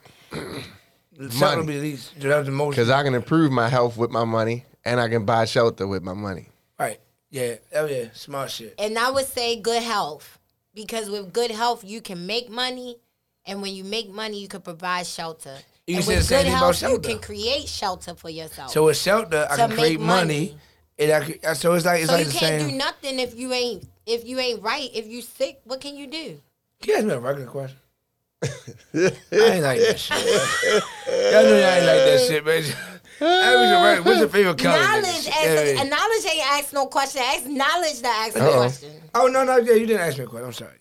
Speaker 1: Shelter would be the least. That's the most.
Speaker 2: Because I can improve my health with my money and I can buy shelter with my money.
Speaker 1: Right. Yeah. Oh yeah. Smart shit.
Speaker 3: And I would say good health because with good health you can make money, and when you make money you can provide shelter.
Speaker 1: You
Speaker 3: and
Speaker 1: said the
Speaker 3: with
Speaker 1: same
Speaker 3: good
Speaker 1: thing about
Speaker 3: health you
Speaker 1: shelter.
Speaker 3: can create shelter for yourself.
Speaker 1: So with shelter, I
Speaker 3: To
Speaker 1: can create
Speaker 3: make
Speaker 1: money.
Speaker 3: money.
Speaker 1: And I can, so it's like it's
Speaker 3: So
Speaker 1: like
Speaker 3: you
Speaker 1: the
Speaker 3: can't do
Speaker 1: same.
Speaker 3: nothing if you ain't if you ain't right. If you sick, what can you do?
Speaker 1: Can you ask me a regular question? I ain't like that shit. Y'all know I ain't like that shit, man. I was a regular. What's your favorite color? nigga?
Speaker 3: knowledge,
Speaker 1: Yeah,
Speaker 3: as
Speaker 1: yeah.
Speaker 3: and knowledge ain't ask no question. Ask knowledge that ask no
Speaker 2: Uh-oh.
Speaker 3: question.
Speaker 1: Oh no, no, yeah, you didn't ask me a question. I'm sorry.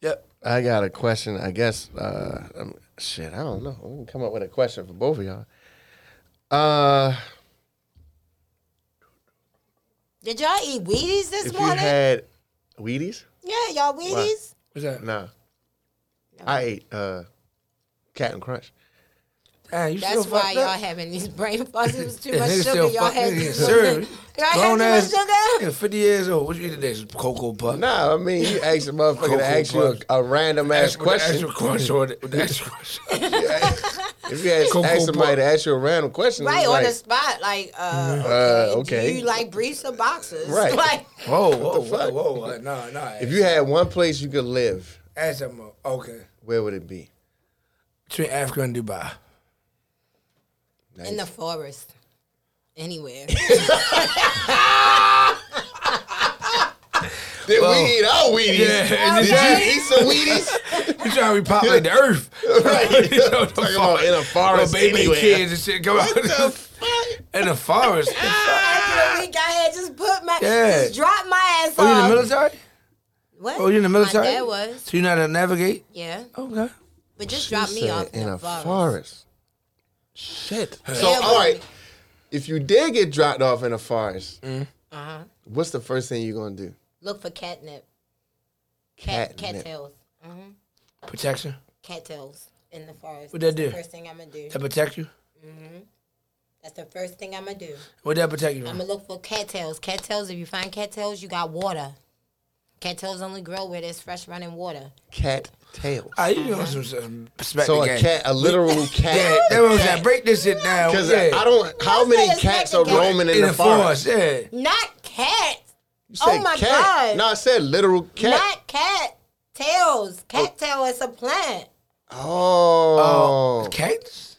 Speaker 1: Yep.
Speaker 2: I got a question. I guess. Uh, um, shit, I don't know. We can come up with a question for both of y'all. Uh,
Speaker 3: Did y'all eat Wheaties this
Speaker 2: if you
Speaker 3: morning?
Speaker 2: had Wheaties,
Speaker 3: yeah, y'all Wheaties.
Speaker 1: What's that?
Speaker 2: nah. I ate uh, Cat and Crunch.
Speaker 1: Ah, you still
Speaker 3: That's why
Speaker 1: fucked
Speaker 3: y'all
Speaker 1: up?
Speaker 3: having these brain fuzz. It was too
Speaker 1: Yeah,
Speaker 3: much
Speaker 1: niggas
Speaker 3: sugar.
Speaker 1: still
Speaker 3: Y'all
Speaker 1: fucked-
Speaker 3: had
Speaker 1: niggas
Speaker 3: too much
Speaker 1: serve.
Speaker 3: sugar. Y'all had
Speaker 1: Grown
Speaker 3: too much
Speaker 1: ass.
Speaker 3: sugar.
Speaker 1: Yeah, 50 years old. What you eat today? Some cocoa puff.
Speaker 2: Nah, I mean, you asked a motherfucker
Speaker 1: Cocoa
Speaker 2: to ask you a,
Speaker 1: Puffs.
Speaker 2: a random ass
Speaker 1: Ask with the
Speaker 2: question.
Speaker 1: Extra crunch or the, with the extra crunch.
Speaker 2: If you ask,
Speaker 1: Cocoa
Speaker 2: ask somebody
Speaker 1: Puffs.
Speaker 2: to ask you a random question,
Speaker 3: Right
Speaker 2: it's
Speaker 3: on
Speaker 2: like,
Speaker 3: the spot, like
Speaker 1: Mm-hmm.
Speaker 3: uh,
Speaker 2: okay.
Speaker 3: Do you like briefs or boxers?
Speaker 2: Right.
Speaker 3: Like
Speaker 1: whoa, whoa, whoa, whoa, whoa. Nah, nah.
Speaker 2: if you had one place you could live,
Speaker 1: ask them, uh, okay.
Speaker 2: where would it be?
Speaker 1: Between Africa and Dubai.
Speaker 3: in the forest, anywhere.
Speaker 2: Did
Speaker 1: Well,
Speaker 2: we eat our Wheaties?
Speaker 1: Yeah,
Speaker 2: Did
Speaker 3: Okay.
Speaker 2: you eat some Wheaties?
Speaker 1: You trying to repopulate the earth?
Speaker 2: right.
Speaker 1: You know what I'm
Speaker 2: Talking about in a
Speaker 1: Little
Speaker 2: forest
Speaker 1: baby
Speaker 2: anywhere.
Speaker 1: kids and shit come out
Speaker 2: What the fuck? Ah!
Speaker 1: in the forest.
Speaker 3: After the week I had, just put my,
Speaker 1: Yeah.
Speaker 3: just drop my ass
Speaker 1: oh, you in
Speaker 3: off.
Speaker 1: the military?
Speaker 3: What?
Speaker 1: Oh, you in the military?
Speaker 3: My dad was.
Speaker 1: So you know how to navigate?
Speaker 3: Yeah,
Speaker 1: Okay.
Speaker 3: but just drop
Speaker 2: She
Speaker 3: me off
Speaker 2: said in a forest. Shit. So
Speaker 3: Yeah,
Speaker 2: all right,
Speaker 3: but-
Speaker 2: if you did get dropped off in a forest,
Speaker 3: Uh-huh.
Speaker 2: what's the first thing you're gonna do?
Speaker 3: Look for catnip. Cat
Speaker 2: Catnip.
Speaker 3: cattails. Mm-hmm.
Speaker 1: Protection.
Speaker 3: Cattails in the forest.
Speaker 1: What that
Speaker 3: That's
Speaker 1: do?
Speaker 3: the first thing I'm gonna do.
Speaker 1: That protect you?
Speaker 3: That's the first thing I'm gonna do.
Speaker 1: What that protect you
Speaker 3: I'm
Speaker 1: from?
Speaker 3: gonna look for cattails. Cattails. If you find cattails, you got water. Cattails only grow where there's fresh running water.
Speaker 2: Cat tail.
Speaker 1: Ah, you know some, some perspective.
Speaker 2: So a
Speaker 1: game.
Speaker 2: cat, a literal
Speaker 1: Yeah,
Speaker 2: cat.
Speaker 1: that was that. Break this shit down.
Speaker 2: Because
Speaker 1: yeah.
Speaker 2: I don't. How
Speaker 3: That's
Speaker 2: many
Speaker 3: not a
Speaker 2: cats are
Speaker 3: second cat.
Speaker 2: roaming in, the, forest?
Speaker 1: Yeah.
Speaker 3: Not cats.
Speaker 2: You
Speaker 3: Oh
Speaker 2: said
Speaker 3: my
Speaker 2: cat.
Speaker 3: God.
Speaker 2: No, I said literal cat.
Speaker 3: Not cat tails. Cattail is a plant.
Speaker 2: Oh.
Speaker 1: Uh, Cats?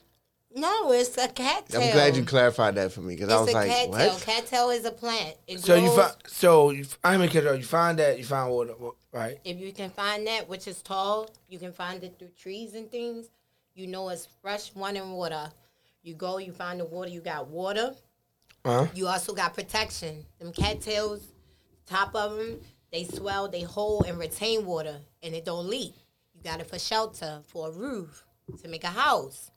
Speaker 3: No, it's a cattail.
Speaker 2: I'm glad you clarified that for me because I
Speaker 3: It's
Speaker 2: was
Speaker 3: a
Speaker 2: like,
Speaker 3: cattail.
Speaker 2: what?
Speaker 3: Cattail is a plant. It
Speaker 1: So you
Speaker 3: grows-
Speaker 1: find so you, I mean, uh, you find that you find water, right?
Speaker 3: If you can find that, which is tall, you can find it through trees and things. You know it's fresh running water. You go, you find the water, you got water.
Speaker 1: Uh-huh.
Speaker 3: You also got protection. Them cattails, top of them, they swell, they hold and retain water, and it don't leak. You got it for shelter, for a roof, to make a house.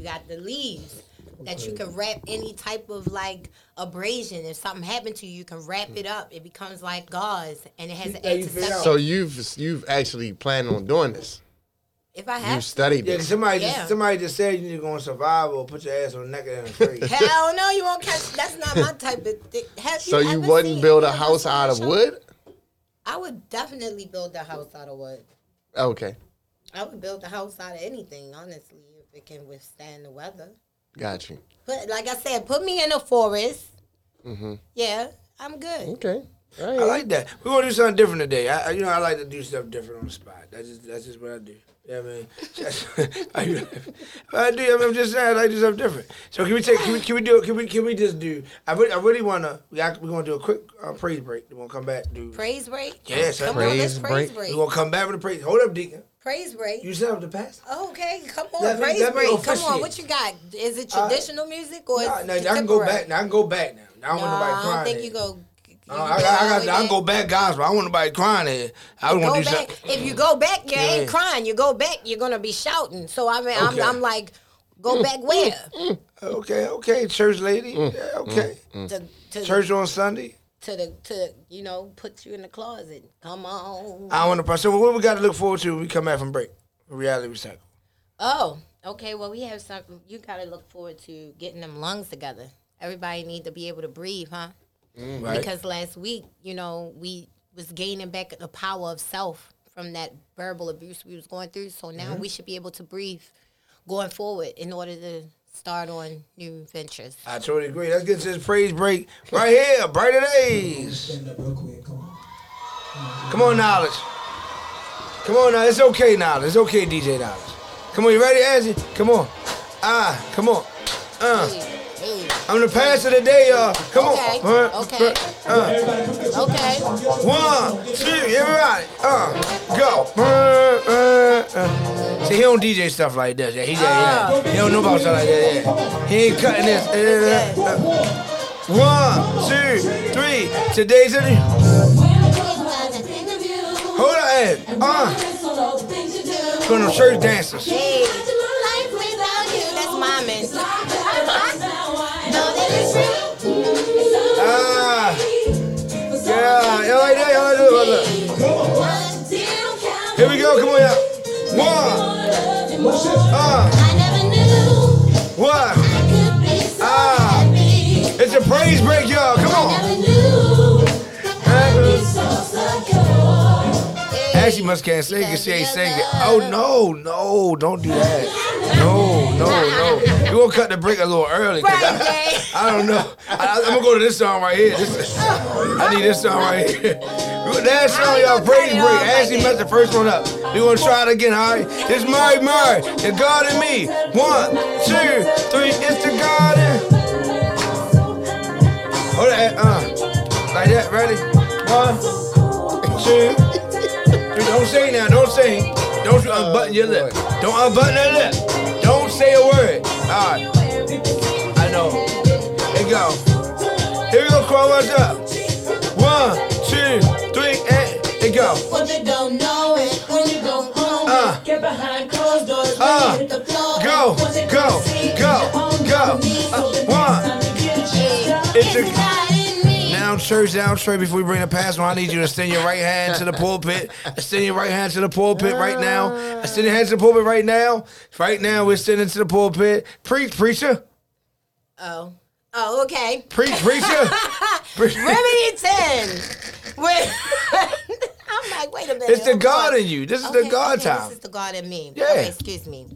Speaker 3: You got the leaves that you can wrap any type of like abrasion. If something happened to you, you can wrap it up. It becomes like gauze, and it has an
Speaker 1: Yeah, you figure
Speaker 3: antiseptic.
Speaker 1: out.
Speaker 2: So you've you've actually planned on doing this.
Speaker 3: If I
Speaker 2: You
Speaker 3: have to.
Speaker 2: studied
Speaker 1: Yeah, 'cause
Speaker 2: this.
Speaker 1: somebody
Speaker 3: Yeah.
Speaker 1: just somebody just said you're gonna survive or put your ass on the neck and the tree.
Speaker 3: Hell no, you won't catch. That's not my type of thing. Have
Speaker 2: So you
Speaker 3: ever
Speaker 2: wouldn't
Speaker 3: seen
Speaker 2: build a
Speaker 3: anyone
Speaker 2: house
Speaker 3: on
Speaker 2: out
Speaker 3: a
Speaker 2: of
Speaker 3: show-
Speaker 2: wood?
Speaker 3: I would definitely build a house out of wood.
Speaker 2: Okay,
Speaker 3: I would build a house out of anything, honestly, if it can withstand the weather.
Speaker 2: got you.
Speaker 3: But like I said, put me in a forest. Yeah, I'm
Speaker 2: Mm-hmm.
Speaker 3: good.
Speaker 2: Okay,
Speaker 1: I like that. We want to do something different today. I, I- you know, I like to do stuff different on the spot. That's just that's just what I do. Yeah, man. I mean, I do. I am just saying, I like to do something different. So can we take? Can we? Can we do? Can we? Can we just do? I really, I really wanna. We act- we gonna do a quick uh, praise break. We gonna come back. Do
Speaker 3: Praise break.
Speaker 1: Yes,
Speaker 3: come on,
Speaker 2: praise
Speaker 3: let's praise
Speaker 2: break.
Speaker 3: break.
Speaker 1: we gonna come back with a praise. Hold up, Deacon.
Speaker 3: Praise break.
Speaker 1: You set up the pass.
Speaker 3: Okay, come on,
Speaker 1: Let me-
Speaker 3: praise
Speaker 1: let me
Speaker 3: break. Come on,
Speaker 1: officiate.
Speaker 3: what you got? Is it
Speaker 1: Uh,
Speaker 3: traditional music or
Speaker 1: Nah,
Speaker 3: is
Speaker 1: nah,
Speaker 3: it
Speaker 1: I can go
Speaker 3: contemporary?
Speaker 1: back. Now I can go back now. Now I don't
Speaker 3: No,
Speaker 1: want nobody
Speaker 3: I
Speaker 1: crying.
Speaker 3: don't think
Speaker 1: there.
Speaker 3: you go.
Speaker 1: Uh, I, I, I, I, can go back, gospel. I want nobody crying there. I
Speaker 3: Go
Speaker 1: want to do
Speaker 3: back.
Speaker 1: something.
Speaker 3: If you go back, you
Speaker 1: Yeah.
Speaker 3: ain't crying. You go back, you're gonna be shouting. So I mean,
Speaker 1: Okay.
Speaker 3: I'm, I'm like, go back where?
Speaker 1: Okay, okay, church lady. Yeah, okay,
Speaker 3: to, to,
Speaker 1: Mm. church on Sunday.
Speaker 3: to the to you know, put you in the closet. Come on.
Speaker 1: I want to. So what we got to look forward to when we come back from break? Reality recycle.
Speaker 3: Oh, okay. Well, we have something. You gotta look forward to getting them lungs together. Everybody need to be able to breathe, huh?
Speaker 1: Right.
Speaker 3: because last week, you know, we was gaining back the power of self from that verbal abuse we was going through. So now
Speaker 1: Mm-hmm.
Speaker 3: we should be able to breathe going forward in order to start on new ventures.
Speaker 1: I totally agree. Let's get to this praise break right here. Brighter days.
Speaker 4: Stand up real quick. Come on.
Speaker 1: Come on, knowledge. Come on now. It's okay, knowledge. It's okay, DJ knowledge. Come on, you ready, Azzy? Come on. Ah, come on. Uh,
Speaker 3: Breathe, breathe.
Speaker 1: I'm the pastor today, y'all. Come
Speaker 3: Okay,
Speaker 1: on. Uh,
Speaker 3: okay.
Speaker 1: Uh,
Speaker 3: Okay.
Speaker 1: one, two, everybody. Uh, go. Uh, uh, uh. See, he don't DJ stuff like this. Yeah, he, yeah, yeah. he don't know about stuff like that. Yeah. He ain't cutting this. Uh, uh, uh. One, two, three. Today's in the. Hold on, Ed. Uh, from the church dancers.
Speaker 3: Hey,
Speaker 1: Ah, yeah, yeah, like that, yeah, like that, like that. Here we go, come on, y'all. One, uh, one. It's a praise break, y'all. Come on. Ashley must can't sing it. She ain't singing. Oh no, no, don't do that. No, no, no. We gonna cut the break a little early. 'cause
Speaker 3: Right,
Speaker 1: I,
Speaker 3: Jay.
Speaker 1: I don't know. I, am gonna go to this song right here. This, I need this song right here. That song, y'all. Praise
Speaker 3: Turn it
Speaker 1: break.
Speaker 3: off
Speaker 1: Ashley
Speaker 3: right
Speaker 1: messed the first one up. We gonna try it again. All right. It's Murray Murray. The God and me. One, two, three. It's the garden. Hold that, uh, like that, ready? One, two, three. Don't sing now, don't sing. Don't you unbutton your lip. Don't unbutton your lip. Don't say a word. All right. I know. Here we go. Here we go, Crow, what's up? One, two, three, and here we go. Uh, uh, go, go, go, go. Uh, one. It's a, now, church, now, church, before we bring the pastor, on, I need you to extend your right hand to the pulpit. Extend your right hand to the pulpit right now. Extend your hands to the pulpit right now. Right now, we're extending to the pulpit. Preach, preacher.
Speaker 3: oh, oh, okay.
Speaker 1: Preach, preacher. Preach.
Speaker 3: Remington. Wait. I'm like, wait a minute.
Speaker 1: It's the
Speaker 3: hold
Speaker 1: God
Speaker 3: on.
Speaker 1: in you. This is
Speaker 3: Okay,
Speaker 1: the God
Speaker 3: okay,
Speaker 1: time.
Speaker 3: This is the God in me.
Speaker 1: Yeah. Mm-hmm.
Speaker 3: Okay, excuse me.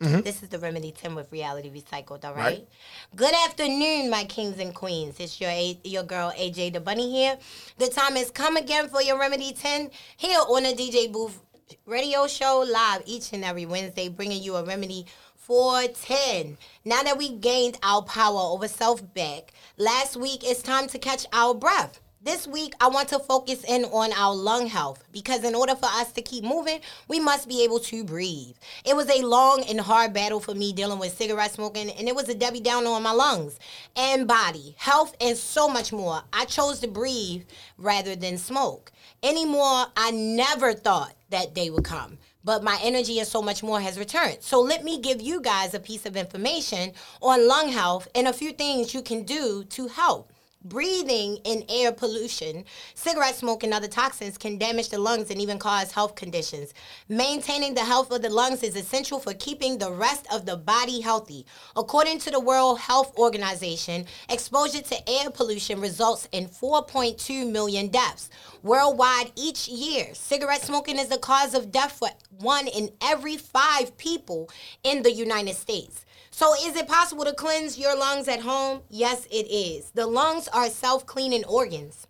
Speaker 3: This is the Remedy 10 with Reality Recycled, all right?
Speaker 1: Right.
Speaker 3: Good afternoon, my kings and queens. It's your A- your girl, AJ the Bunny here. The time has come again for your Remedy 10 here on the DJ Booth radio show live each and every Wednesday, bringing you a remedy for 10. Now that we gained our power over self back, last week it's time to catch our breath. This week, I want to focus in on our lung health because, in order for us to keep moving, we must be able to breathe. It was a long and hard battle for me dealing with cigarette smoking, and it was a Debbie Downer on my lungs and body, health, and so much more. I chose to breathe rather than smoke. Anymore, I never thought that day would come but my energy and so much more has returned. So let me give you guys a piece of information on lung health and a few things you can do to help. Breathing in air pollution, cigarette smoke, and other toxins can damage the lungs and even cause health conditions. Maintaining the health of the lungs is essential for keeping the rest of the body healthy. According to the World Health Organization, exposure to air pollution results in 4.2 million deaths worldwide each year. Cigarette smoking is the cause of death for one in every five people in the United States. So, is it possible to cleanse your lungs at home? Yes, it is. The lungs are self cleaning organs.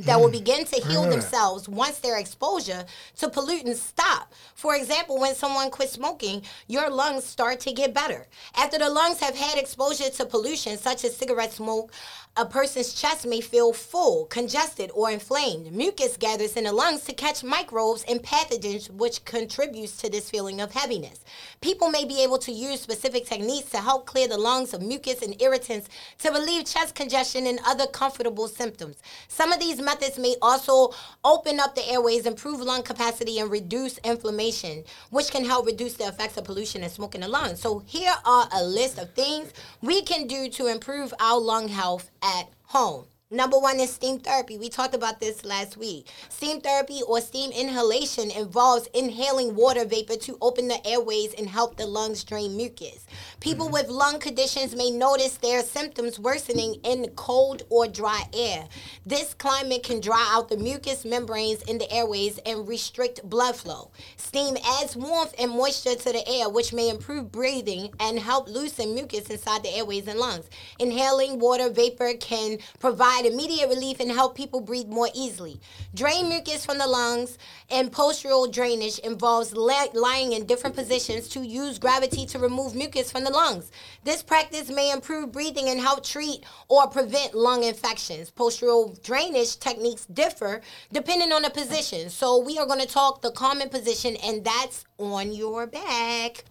Speaker 3: that will begin to heal themselves once their exposure to pollutants stop. For example, when someone quits smoking, your lungs start to get better. After the lungs have had exposure to pollution such as cigarette smoke, a person's chest may feel full, congested, or inflamed. Mucus gathers in the lungs to catch microbes and pathogens, which contributes to this feeling of heaviness. People may be able to use specific techniques to help clear the lungs of mucus and irritants to relieve chest congestion and other comfortable symptoms. Some of these methods may also open up the airways, improve lung capacity, and reduce inflammation, which can help reduce the effects of pollution and smoke in the lungs. So here are a list of things we can do to improve our lung health at home. Number one is steam therapy. We talked about this last week. Steam therapy or steam inhalation involves inhaling water vapor to open the airways and help the lungs drain mucus. People with lung conditions may notice their symptoms worsening in cold or dry air. This climate can dry out the mucous membranes in the airways and restrict blood flow. Steam adds warmth and moisture to the air, which may improve breathing and help loosen mucus inside the airways and lungs. Inhaling water vapor can provide provide immediate relief and help people breathe more easily. Drain mucus from the lungs and postural drainage involves la- lying in different positions to use gravity to remove mucus from the lungs. This practice may improve breathing and help treat or prevent lung infections. Postural drainage techniques differ depending on the position. So we are going to talk the common position, and that's on your back.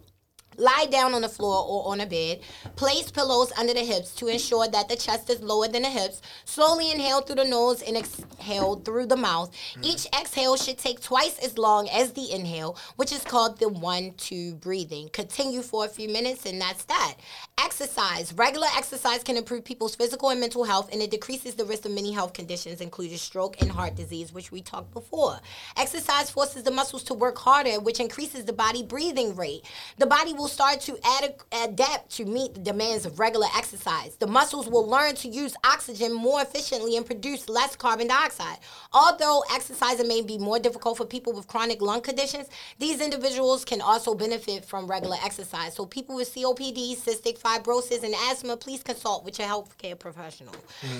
Speaker 3: Lie down on the floor or on a bed. Place pillows under the hips to ensure that the chest is lower than the hips. Slowly inhale through the nose and exhale through the mouth. Each exhale should take twice as long as the inhale, which is called the one two breathing. Continue for a few minutes, and that's that. Exercise. Regular exercise can improve people's physical and mental health, and it decreases the risk of many health conditions, including stroke and heart disease, which we talked before. Exercise forces the muscles to work harder, which increases the body breathing rate. The body will start to ad- adapt to meet the demands of regular exercise. The muscles will learn to use oxygen more efficiently and produce less carbon dioxide. Although exercising may be more difficult for people with chronic lung conditions, these individuals can also benefit from regular exercise. So, people with COPD, cystic fibrosis, and asthma, please consult with your healthcare professional.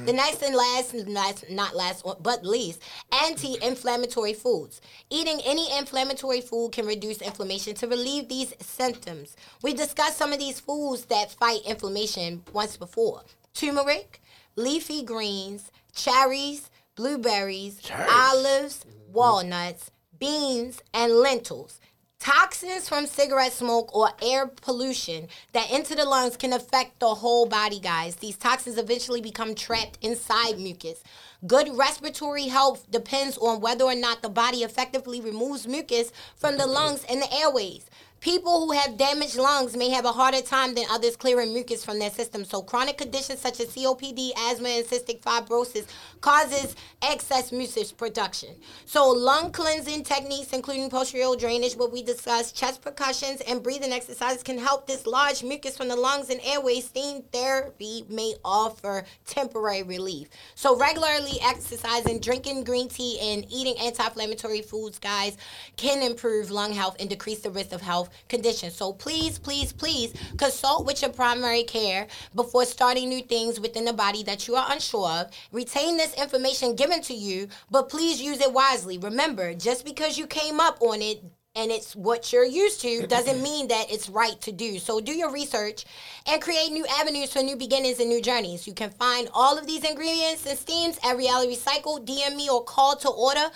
Speaker 3: The next and last, not, not last but least, anti inflammatory foods. Eating any inflammatory food can reduce inflammation to relieve these symptoms. We discussed some of these foods that fight inflammation once before turmeric, leafy greens, cherries, blueberries, olives, walnuts, beans, and lentils. Toxins from cigarette smoke or air pollution that enter the lungs can affect the whole body, guys. These toxins eventually become trapped inside mucus. Good respiratory health depends on whether or not the body effectively removes mucus from the lungs and the airways. People who have damaged lungs may have a harder time than others clearing mucus from their system. So chronic conditions such as COPD, asthma, and cystic fibrosis causes excess mucus production. So lung cleansing techniques, including postural drainage, what we discussed, chest percussions, and breathing exercises can help dislodge mucus from the lungs and airways. Steam therapy may offer temporary relief. So regularly exercising, drinking green tea, and eating anti-inflammatory foods, guys, can improve lung health and decrease the risk of health conditions. So please, please, please consult with your primary care before starting new things within the body that you are unsure of. Retain this information given to you, but please use it wisely. Remember, just because you came up on it and it's what you're used to doesn't mean that it's right to do. So do your research and create new avenues for new beginnings and new journeys. You can find all of these ingredients and steams at Reality Cycle, DM me or call to order.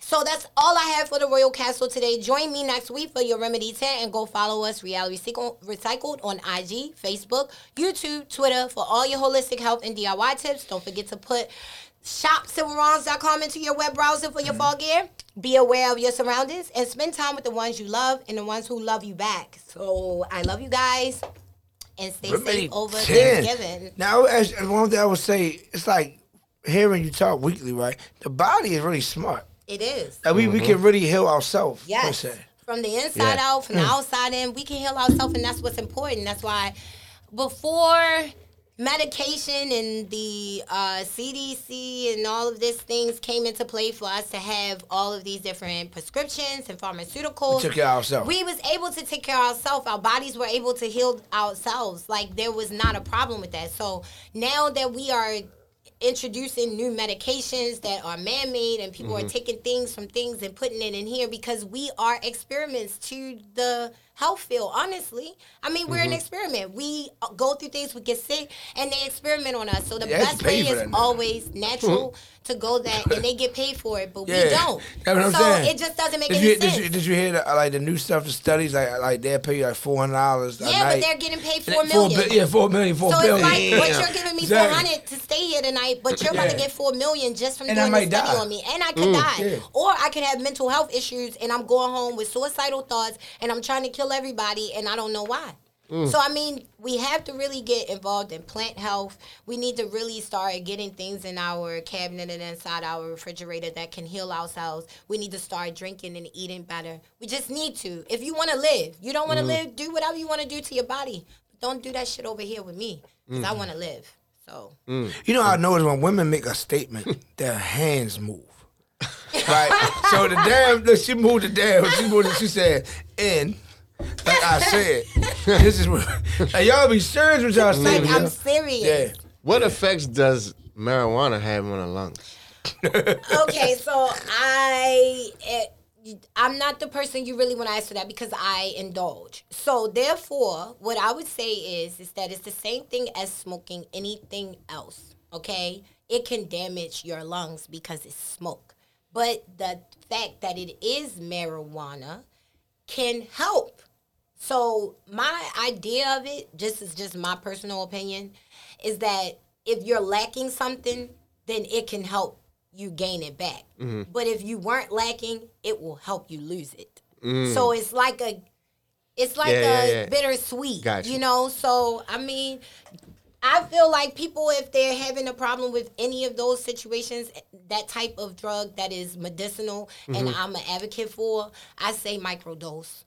Speaker 3: So that's all I have for the Royal Castle today. Join me next week for your Remedy 10 and go follow us Reality Sequ- Recycled on IG, Facebook, YouTube, Twitter for all your holistic health and DIY tips. Don't forget to put shopsilverons.com into your web browser for your fall gear. Be aware of your surroundings and spend time with the ones you love and the ones who love you back. So I love you guys and stay
Speaker 1: Remedy
Speaker 3: safe over
Speaker 1: 10.
Speaker 3: Thanksgiving.
Speaker 1: Now, as, one thing I would say, it's like hearing you talk weekly, right? The body is really smart.
Speaker 3: It is.
Speaker 1: Like we, we can really heal ourselves.
Speaker 3: Yes. From the inside
Speaker 2: Yeah.
Speaker 3: out, from
Speaker 1: Hmm.
Speaker 3: the outside in, we can heal ourselves, and that's what's important. That's why before medication and the uh, CDC and all of these things came into play for us to have all of these different prescriptions and pharmaceuticals.
Speaker 1: We took care of ourselves.
Speaker 3: We was able to take care of ourselves. Our bodies were able to heal ourselves. Like there was not a problem with that. So now that we are introducing new medications that are man-made and people
Speaker 1: Mm-hmm.
Speaker 3: are taking things from things and putting it in here because we are experiments to the health field honestly i mean
Speaker 1: Mm-hmm.
Speaker 3: we're an experiment we uh, go through things we get sick and they experiment on us so the
Speaker 1: Yeah, it's
Speaker 3: best way
Speaker 1: paid for
Speaker 3: is
Speaker 1: that now.
Speaker 3: always natural to go that and they get paid for it but we don't
Speaker 1: That's what I'm
Speaker 3: so
Speaker 1: saying.
Speaker 3: it just doesn't make
Speaker 1: did
Speaker 3: any
Speaker 1: you,
Speaker 3: sense
Speaker 1: Did you, did you hear the, uh, like the new stuff, the studies? Like, like they pay you like four hundred dollars.
Speaker 3: yeah but they're getting paid four
Speaker 1: Four
Speaker 3: million
Speaker 1: bi- yeah, four million, four
Speaker 3: So
Speaker 1: billion.
Speaker 3: it's like, but
Speaker 2: Yeah.
Speaker 3: you're giving me
Speaker 1: Exactly.
Speaker 3: four hundred to stay here tonight, but you're about to
Speaker 1: Yeah.
Speaker 3: get four million just from
Speaker 1: And I
Speaker 3: doing this
Speaker 1: might
Speaker 3: study
Speaker 1: die.
Speaker 3: on me, and I could die,
Speaker 1: Mm, yeah.
Speaker 3: or I could have mental health issues, and I'm going home with suicidal thoughts, and I'm trying to kill everybody, and I don't know why.
Speaker 1: Mm.
Speaker 3: So I mean, we have to really get involved in plant health. We need to really start getting things in our cabinet and inside our refrigerator that can heal ourselves. We need to start drinking and eating better. We just need to. If you want to live, you don't
Speaker 1: Mm.
Speaker 3: want to live. Do whatever you want to do to your body. Don't do that shit over here with me because
Speaker 1: Mm.
Speaker 3: I want to live. So
Speaker 1: You know, how I know is when women make a statement, their hands move. Right. so the damn, look, she moved the damn. She moved. It, she said, "And like I said, this is what and y'all be serious with y'all
Speaker 3: like
Speaker 1: statements.
Speaker 3: I'm
Speaker 1: yo.
Speaker 3: serious.
Speaker 1: yeah.
Speaker 2: What effects does marijuana have on the lungs?
Speaker 3: okay, so I it, I'm not the person you really want to ask for that because I indulge. So therefore, what I would say is is that it's the same thing as smoking anything else. Okay, it can damage your lungs because it's smoke, but the fact that it is marijuana can help. So my idea of it, just is just my personal opinion, is that if you're lacking something, then it can help you gain it back.
Speaker 2: Mm-hmm.
Speaker 3: But if you weren't lacking, it will help you lose it. So it's like a it's like
Speaker 2: Mm. Yeah, yeah,
Speaker 3: a
Speaker 2: yeah.
Speaker 3: bittersweet.
Speaker 2: Gotcha.
Speaker 3: You know, so I mean I feel like people, if they're having a problem with any of those situations, that type of drug that is medicinal and I'm an advocate for, I say microdose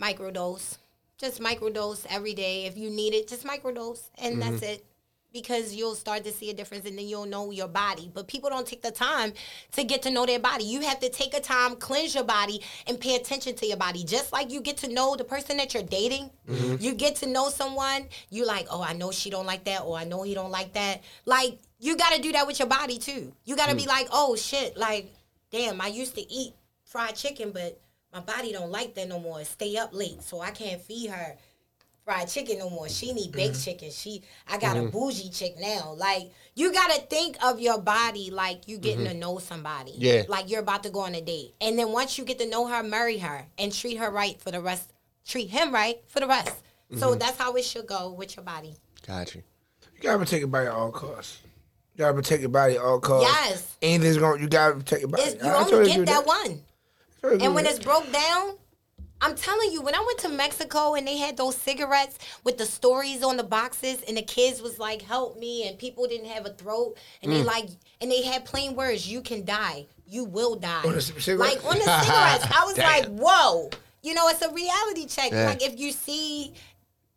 Speaker 3: microdose. Just microdose every day. If you need it, just microdose. And that's it. Because you'll start to see a difference and then you'll know your body. But people don't take the time to get to know their body. You have to take a time, cleanse your body, and pay attention to your body. Just like you get to know the person that you're dating. You get to know someone. You like, oh, I know she don't like that, or I know he don't like that. Like, you gotta do that with your body too. You gotta be like, oh shit, like, damn, I used to eat fried chicken, but my body don't like that no more. It Stay up late, so I can't feed her fried chicken no more. She need
Speaker 1: Mm-hmm.
Speaker 3: baked chicken. She I got a bougie chick now. Like you gotta think of your body like you getting
Speaker 1: Mm-hmm.
Speaker 3: to know somebody.
Speaker 2: Yeah.
Speaker 3: Like you're about to go on a date. And then once you get to know her, marry her and treat her right for the rest treat him right for the rest. So
Speaker 1: Mm-hmm.
Speaker 3: that's how it should go with your body.
Speaker 2: Got you.
Speaker 1: You gotta protect your body at all costs. You gotta protect your body at all costs.
Speaker 3: Yes.
Speaker 1: Anything's going. to You gotta protect your body.
Speaker 3: It's, you
Speaker 1: I totally
Speaker 3: only
Speaker 1: agree
Speaker 3: get
Speaker 1: with
Speaker 3: that one.
Speaker 1: Totally agree
Speaker 3: And when
Speaker 1: with
Speaker 3: it's broke down, I'm telling you, when I went to Mexico and they had those cigarettes with the stories on the boxes, and the kids was like, "Help me," and people didn't have a throat, and
Speaker 2: Mm.
Speaker 3: they like, and they had plain words: "You can die, you will die."
Speaker 1: On the c- cigarette?
Speaker 3: like on the cigarettes, I was like, "Whoa!" You know, it's a reality check.
Speaker 2: Yeah.
Speaker 3: Like if you see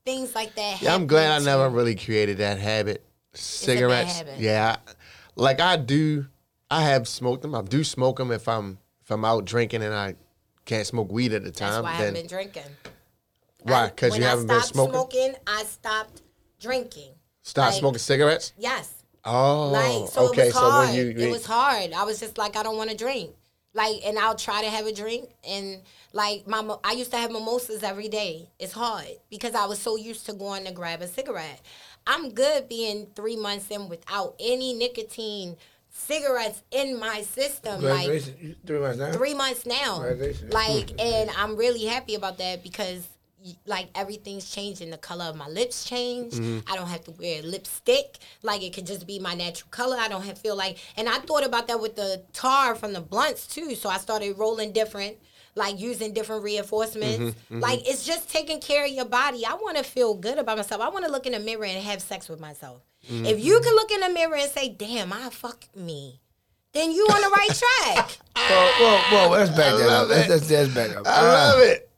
Speaker 3: things like that,
Speaker 2: Yeah, I'm
Speaker 3: happen
Speaker 2: glad I
Speaker 3: to-
Speaker 2: never really created that habit. Cigarettes.
Speaker 3: habit.
Speaker 2: Yeah. I- Like I do I have smoked them. I do smoke them if I'm if I'm out drinking and I can't smoke weed at the
Speaker 3: That's
Speaker 2: time.
Speaker 3: why I
Speaker 2: then
Speaker 3: haven't been drinking.
Speaker 2: why? Because
Speaker 3: When
Speaker 2: you
Speaker 3: I
Speaker 2: haven't been
Speaker 3: stopped
Speaker 2: smoking.
Speaker 3: I stopped drinking.
Speaker 2: Stop
Speaker 3: like-
Speaker 2: smoking cigarettes.
Speaker 3: Yes.
Speaker 2: Oh,
Speaker 3: Like so
Speaker 2: okay.
Speaker 3: it was
Speaker 2: so
Speaker 3: hard.
Speaker 2: when you,
Speaker 3: it was hard. I was just like I don't want to drink. Like and I'll try to have a drink and like my mo- I used to have mimosas every day. It's hard because I was so used to going to grab a cigarette. I'm good being 3 months in without any nicotine cigarettes in my system like
Speaker 1: Congratulations. You three months now.
Speaker 3: three months now.
Speaker 1: Congratulations.
Speaker 3: Like, and I'm really happy about that because y- like everything's changing. The color of my lips change. I don't have to wear lipstick. Like it could just be my natural color. I don't have feel like. And I thought about that with the tar from the blunts too. So I started rolling different. Like using different reinforcements. Like it's just taking care of your body. I want to feel good about myself. I want to look in the mirror and have sex with myself. If you can look in the mirror and say, "Damn, I fuck me," then you on the right track.
Speaker 1: Whoa, whoa, whoa! Let's back that up. Let's, let's, let's back up.
Speaker 2: I love it.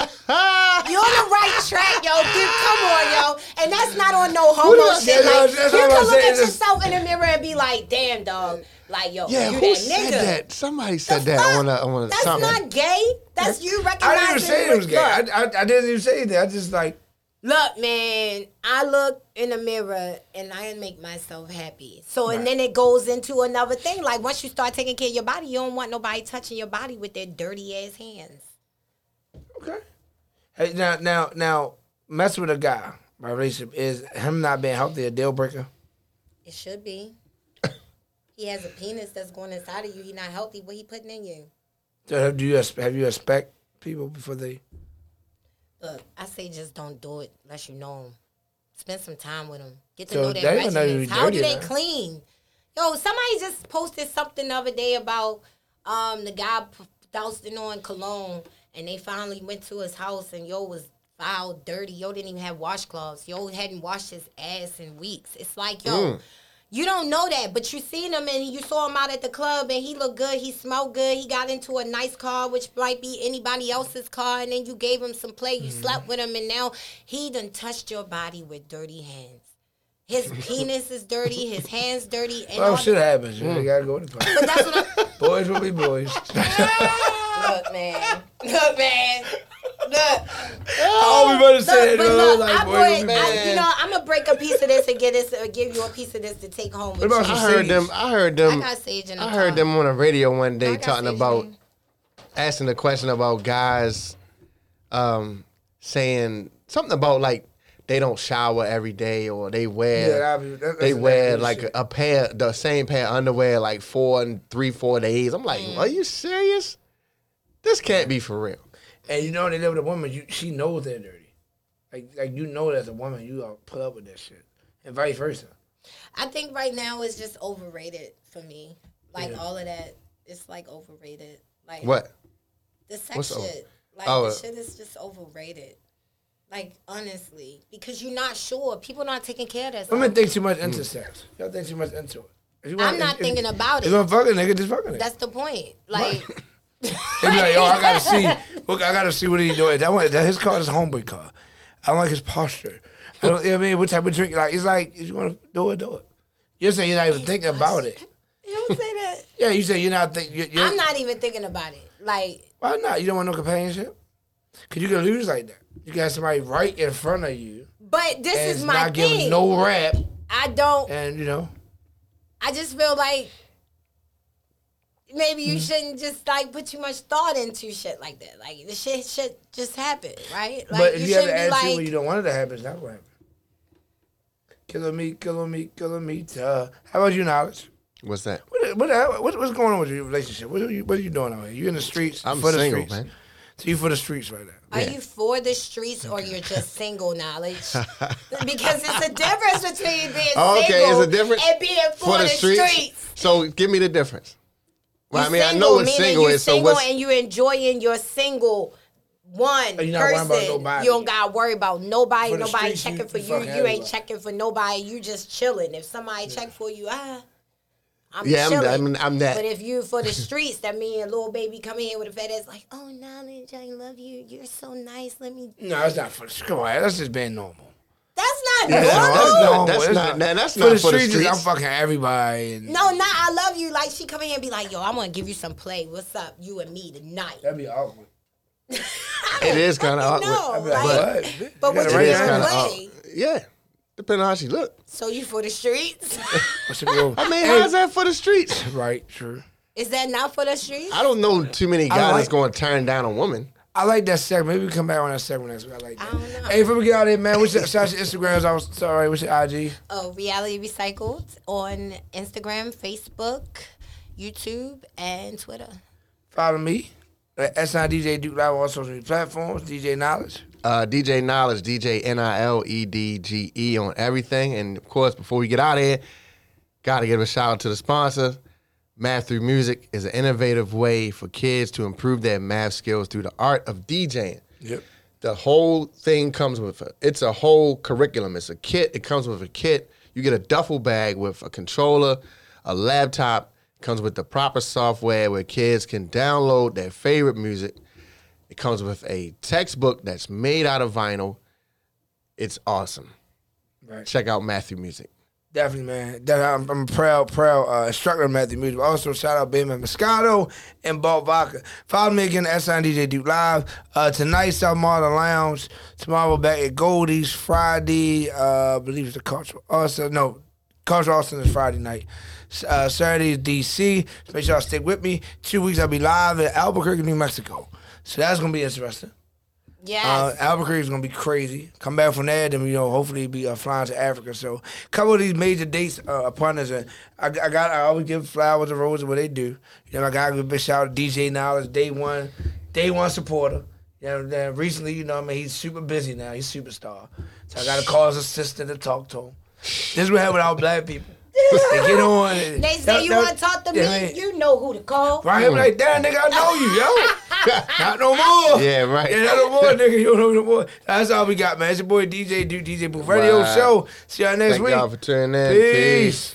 Speaker 3: You're on the right track, yo. Dude, come on, yo. And that's not on no
Speaker 1: do
Speaker 3: homo
Speaker 1: I say,
Speaker 3: shit.
Speaker 1: yo?
Speaker 3: Like,
Speaker 1: That's
Speaker 3: you
Speaker 1: all I'm
Speaker 3: can look
Speaker 1: saying.
Speaker 3: at
Speaker 1: That's-
Speaker 3: yourself in the mirror and be like, damn, dog. Like, yo,
Speaker 2: Yeah,
Speaker 3: you
Speaker 2: who
Speaker 3: that
Speaker 2: said
Speaker 3: nigga.
Speaker 2: that? Somebody said
Speaker 3: The
Speaker 2: that
Speaker 3: fuck?
Speaker 2: on a on a
Speaker 3: That's
Speaker 2: something.
Speaker 3: not gay. That's you recognizing.
Speaker 1: I didn't even say it was
Speaker 3: what-
Speaker 1: gay. I, I, I didn't even say that. I just like
Speaker 3: Look, man, I look in the mirror and I make myself happy. So, and then it goes into another thing. Like, once you start taking care of your body, you don't want nobody touching your body with their dirty ass hands.
Speaker 1: Okay. Hey, now, now, now, mess with a guy. My relationship is him not being healthy a deal breaker.
Speaker 3: It should be. he has a penis that's going inside of you. He not healthy. What he putting in you?
Speaker 1: So have- do you ex- have you expect people before they?
Speaker 3: Look, I say just don't do it unless you know him. Spend some time with him. Get to
Speaker 1: So
Speaker 3: know
Speaker 1: they
Speaker 3: their
Speaker 1: don't know
Speaker 3: regimens.
Speaker 1: you
Speaker 3: How do
Speaker 1: dirty,
Speaker 3: they
Speaker 1: though.
Speaker 3: clean? Yo, somebody just posted something the other day about um the guy p- dousing on cologne, and they finally went to his house, and yo was foul, dirty. Yo didn't even have washcloths. Yo hadn't washed his ass in weeks. It's like yo.
Speaker 1: Mm.
Speaker 3: You don't know that, but you seen him and you saw him out at the club and he looked good, he smelled good, he got into a nice car, which might be anybody else's car, and then you gave him some play, you
Speaker 1: Mm-hmm.
Speaker 3: slept with him, and now he done touched your body with dirty hands. His penis is dirty, his hands dirty, and
Speaker 1: Oh,
Speaker 3: all
Speaker 1: shit happens. You gotta go to the party.
Speaker 3: but that's what I'm
Speaker 1: boys will be boys.
Speaker 3: Look, man. Look, man. Look.
Speaker 1: always wanted to say that,
Speaker 3: Oh, Look, but
Speaker 1: though.
Speaker 3: look,
Speaker 1: Like,
Speaker 3: I
Speaker 1: boy,
Speaker 3: would, I,
Speaker 1: man.
Speaker 3: you know, I'm gonna break a piece of this and get this, or give you a piece of this to take home. With
Speaker 1: What about
Speaker 3: you.
Speaker 2: I
Speaker 1: some
Speaker 2: heard them. I heard them.
Speaker 3: I got sage in the
Speaker 2: I heard
Speaker 3: car.
Speaker 2: them on the radio one day
Speaker 3: I got
Speaker 2: talking
Speaker 3: sage
Speaker 2: about
Speaker 3: in.
Speaker 2: asking the question about guys, um, saying something about like they don't shower every day or they wear
Speaker 1: Yeah, I mean, that- that's
Speaker 2: they
Speaker 1: some
Speaker 2: wear
Speaker 1: negative
Speaker 2: like a,
Speaker 1: shit.
Speaker 2: pair the same pair of underwear like four and three four days. I'm like,
Speaker 3: Mm.
Speaker 2: are you serious? This can't be for real.
Speaker 1: And you know they live with a woman. You, she knows they're dirty. Like, like you know, as a woman, you are put up with that shit, and vice versa.
Speaker 3: I think right now it's just overrated for me. Like all of that, it's like overrated. Like
Speaker 2: What?
Speaker 3: the sex
Speaker 2: What's
Speaker 3: shit.
Speaker 2: over-
Speaker 3: Like
Speaker 2: Oh,
Speaker 3: the
Speaker 2: uh,
Speaker 3: shit is just overrated. Like honestly, because you're not sure. People not taking care of that. stuff.
Speaker 1: Women think too much into sex. Y'all think too much into it. If you
Speaker 3: I'm not thinking about
Speaker 1: If
Speaker 3: it.
Speaker 1: you want to fuck a nigga, just fuck a nigga.
Speaker 3: That's the point. Like.
Speaker 1: They be like, yo, I gotta see. Look, I gotta see what he doing. That one, that his car is a homeboy car. I don't like his posture. I don't, you know what I mean, what type of drink? Like, it's like, if you wanna do it, do it. You're saying you're not even thinking about it.
Speaker 3: You don't say that.
Speaker 1: Yeah, you say you're not thinking. You're, you're,
Speaker 3: I'm not even thinking about it. Like,
Speaker 1: Why not? You don't want no companionship? Because you can lose like that. You got somebody right in front of you.
Speaker 3: but this
Speaker 1: And
Speaker 3: is
Speaker 1: it's
Speaker 3: my
Speaker 1: not
Speaker 3: thing.
Speaker 1: giving no rap.
Speaker 3: I don't.
Speaker 1: And, you know,
Speaker 3: I just feel like maybe
Speaker 1: Mm.
Speaker 3: you shouldn't just like put too much thought into shit like that. Like the shit should just happen, right? Like
Speaker 1: but if you, have an
Speaker 3: shouldn't
Speaker 1: attitude where you don't want it to happen, it's not going to happen. Killing me, killing me, killing me. Duh. How about you, Knowledge?
Speaker 2: What's that?
Speaker 1: What, what, what, what's going on with your relationship? What are you, what are you doing out here? You in the streets?
Speaker 2: I'm
Speaker 1: for the
Speaker 2: single,
Speaker 1: streets.
Speaker 2: man.
Speaker 1: So you for the streets right now?
Speaker 3: Are you for the streets or you're just single knowledge? because it's a difference between being
Speaker 2: Okay, it's a
Speaker 3: single
Speaker 2: difference
Speaker 3: and being for, the, streets.
Speaker 2: So give me the difference. Well,
Speaker 3: You
Speaker 2: I mean,
Speaker 3: single,
Speaker 2: I know it's
Speaker 3: meaning
Speaker 2: single,
Speaker 3: you
Speaker 2: is, so
Speaker 3: single
Speaker 2: what's
Speaker 3: and you enjoying your single one
Speaker 1: And you not worrying
Speaker 3: person.
Speaker 1: about nobody.
Speaker 3: You don't gotta worry about nobody.
Speaker 1: For the
Speaker 3: nobody
Speaker 1: streets,
Speaker 3: checking
Speaker 1: you-
Speaker 3: for
Speaker 1: you
Speaker 3: you.
Speaker 1: fucking
Speaker 3: You ain't
Speaker 1: everybody.
Speaker 3: checking for nobody. You just chilling. If somebody check for you, ah. I'm
Speaker 2: Yeah, I'm-
Speaker 3: chilling.
Speaker 2: I'm- I'm that.
Speaker 3: But if you for the streets, that mean a little baby coming here with a fat ass, like, oh, knowledge, I love you. You're so nice. Let me.
Speaker 1: No, it's not for the streets. Come on, that's just being normal.
Speaker 3: That's not
Speaker 2: that's
Speaker 3: normal.
Speaker 2: not-
Speaker 1: normal.
Speaker 2: that's
Speaker 1: It's
Speaker 2: not- nah, that's
Speaker 1: for
Speaker 2: not
Speaker 1: the
Speaker 2: for the
Speaker 1: streets. is I'm
Speaker 2: streets.
Speaker 1: fucking everybody. And
Speaker 3: No, not I love you. Like she come in here and be like, yo, I'm gonna give you some play. What's up, you and me tonight?
Speaker 1: That'd be awkward.
Speaker 2: it is kind of awkward.
Speaker 3: No,
Speaker 1: I'd be like,
Speaker 3: like-
Speaker 1: what? Bitch,
Speaker 3: but
Speaker 1: you
Speaker 3: what
Speaker 1: gotta
Speaker 3: you
Speaker 1: write
Speaker 2: It
Speaker 3: Yeah.
Speaker 1: that
Speaker 2: is
Speaker 3: doing?
Speaker 2: kind
Speaker 1: down.
Speaker 2: of
Speaker 3: Play.
Speaker 2: awkward. Yeah, depending on how she look.
Speaker 3: So you for the streets?
Speaker 1: What's it go?
Speaker 2: I mean, how's that for the streets?
Speaker 1: Right, true.
Speaker 3: Is that not for the streets?
Speaker 2: I don't know too many guys
Speaker 1: like-
Speaker 2: that's going to turn down a woman.
Speaker 1: I like that segment. Maybe we come back on that segment next week. I like that.
Speaker 3: I don't know.
Speaker 1: Hey, before we get out of here, man, what's your, shout out your Instagrams? I was sorry, what's your IG?
Speaker 3: Oh, reality recycled on Instagram, Facebook, YouTube, and Twitter.
Speaker 1: Follow me. S I DJ Duke Live on all social media platforms. DJ Knowledge.
Speaker 2: Uh, DJ Knowledge, DJ N I L E D G E on everything. And of course, before we get out of here, got to give a shout out to the sponsor. Math Through Music is an innovative way for kids to improve their math skills through the art of DJing.
Speaker 1: Yep.
Speaker 2: The whole thing comes with a, it's a whole curriculum. It's a kit. It comes with a kit. You get a duffel bag with a controller, a laptop. Comes with the proper software where kids can download their favorite music. It comes with a textbook that's made out of vinyl. It's awesome.
Speaker 1: Right.
Speaker 2: Check out Matthew Music.
Speaker 1: Definitely, man. That I'm, I'm a proud, proud uh, instructor of Matthew Music. Also, shout out Benjamin Moscato and Balt Vodka. Follow me again at SIN DJ Duke Live. Uh, tonight, South Marta Lounge. Tomorrow, we're back at Goldie's. Friday, uh, I believe it's the Cultural Austin. No, Cultural Austin is Friday night. S- Uh, Saturday is DC. So make sure y'all stick with me. Two weeks, I'll be live in Albuquerque, New Mexico. So that's going to be interesting.
Speaker 3: Yes.
Speaker 1: Uh, Albuquerque is gonna be crazy. Come back from there, then you know hopefully be uh, flying to Africa. So a couple of these major dates uh, upon us, and I, I got I always give flowers and roses what they do. You know I gotta give a big shout out to DJ Knowledge, day one, day one supporter. You know, then recently, you know, what I mean, he's super busy now. He's superstar. So I gotta call his sister to talk to him. This is what happen with all black people. They get on. and-
Speaker 3: they say
Speaker 1: that-
Speaker 3: you
Speaker 1: that-
Speaker 3: want to talk to me.
Speaker 1: yeah, man.
Speaker 3: You know who to call.
Speaker 1: Right, I'm like, damn, nigga, I know you, yo. Not no more.
Speaker 2: Yeah, right.
Speaker 1: Yeah, not no more, nigga. You don't know no more. That's all we got, man. It's your boy DJ Duke, DJ Booth Radio
Speaker 2: Wow.
Speaker 1: Show. See y'all next
Speaker 2: Thank
Speaker 1: week.
Speaker 2: y'all for tuning in. Peace.
Speaker 1: Peace.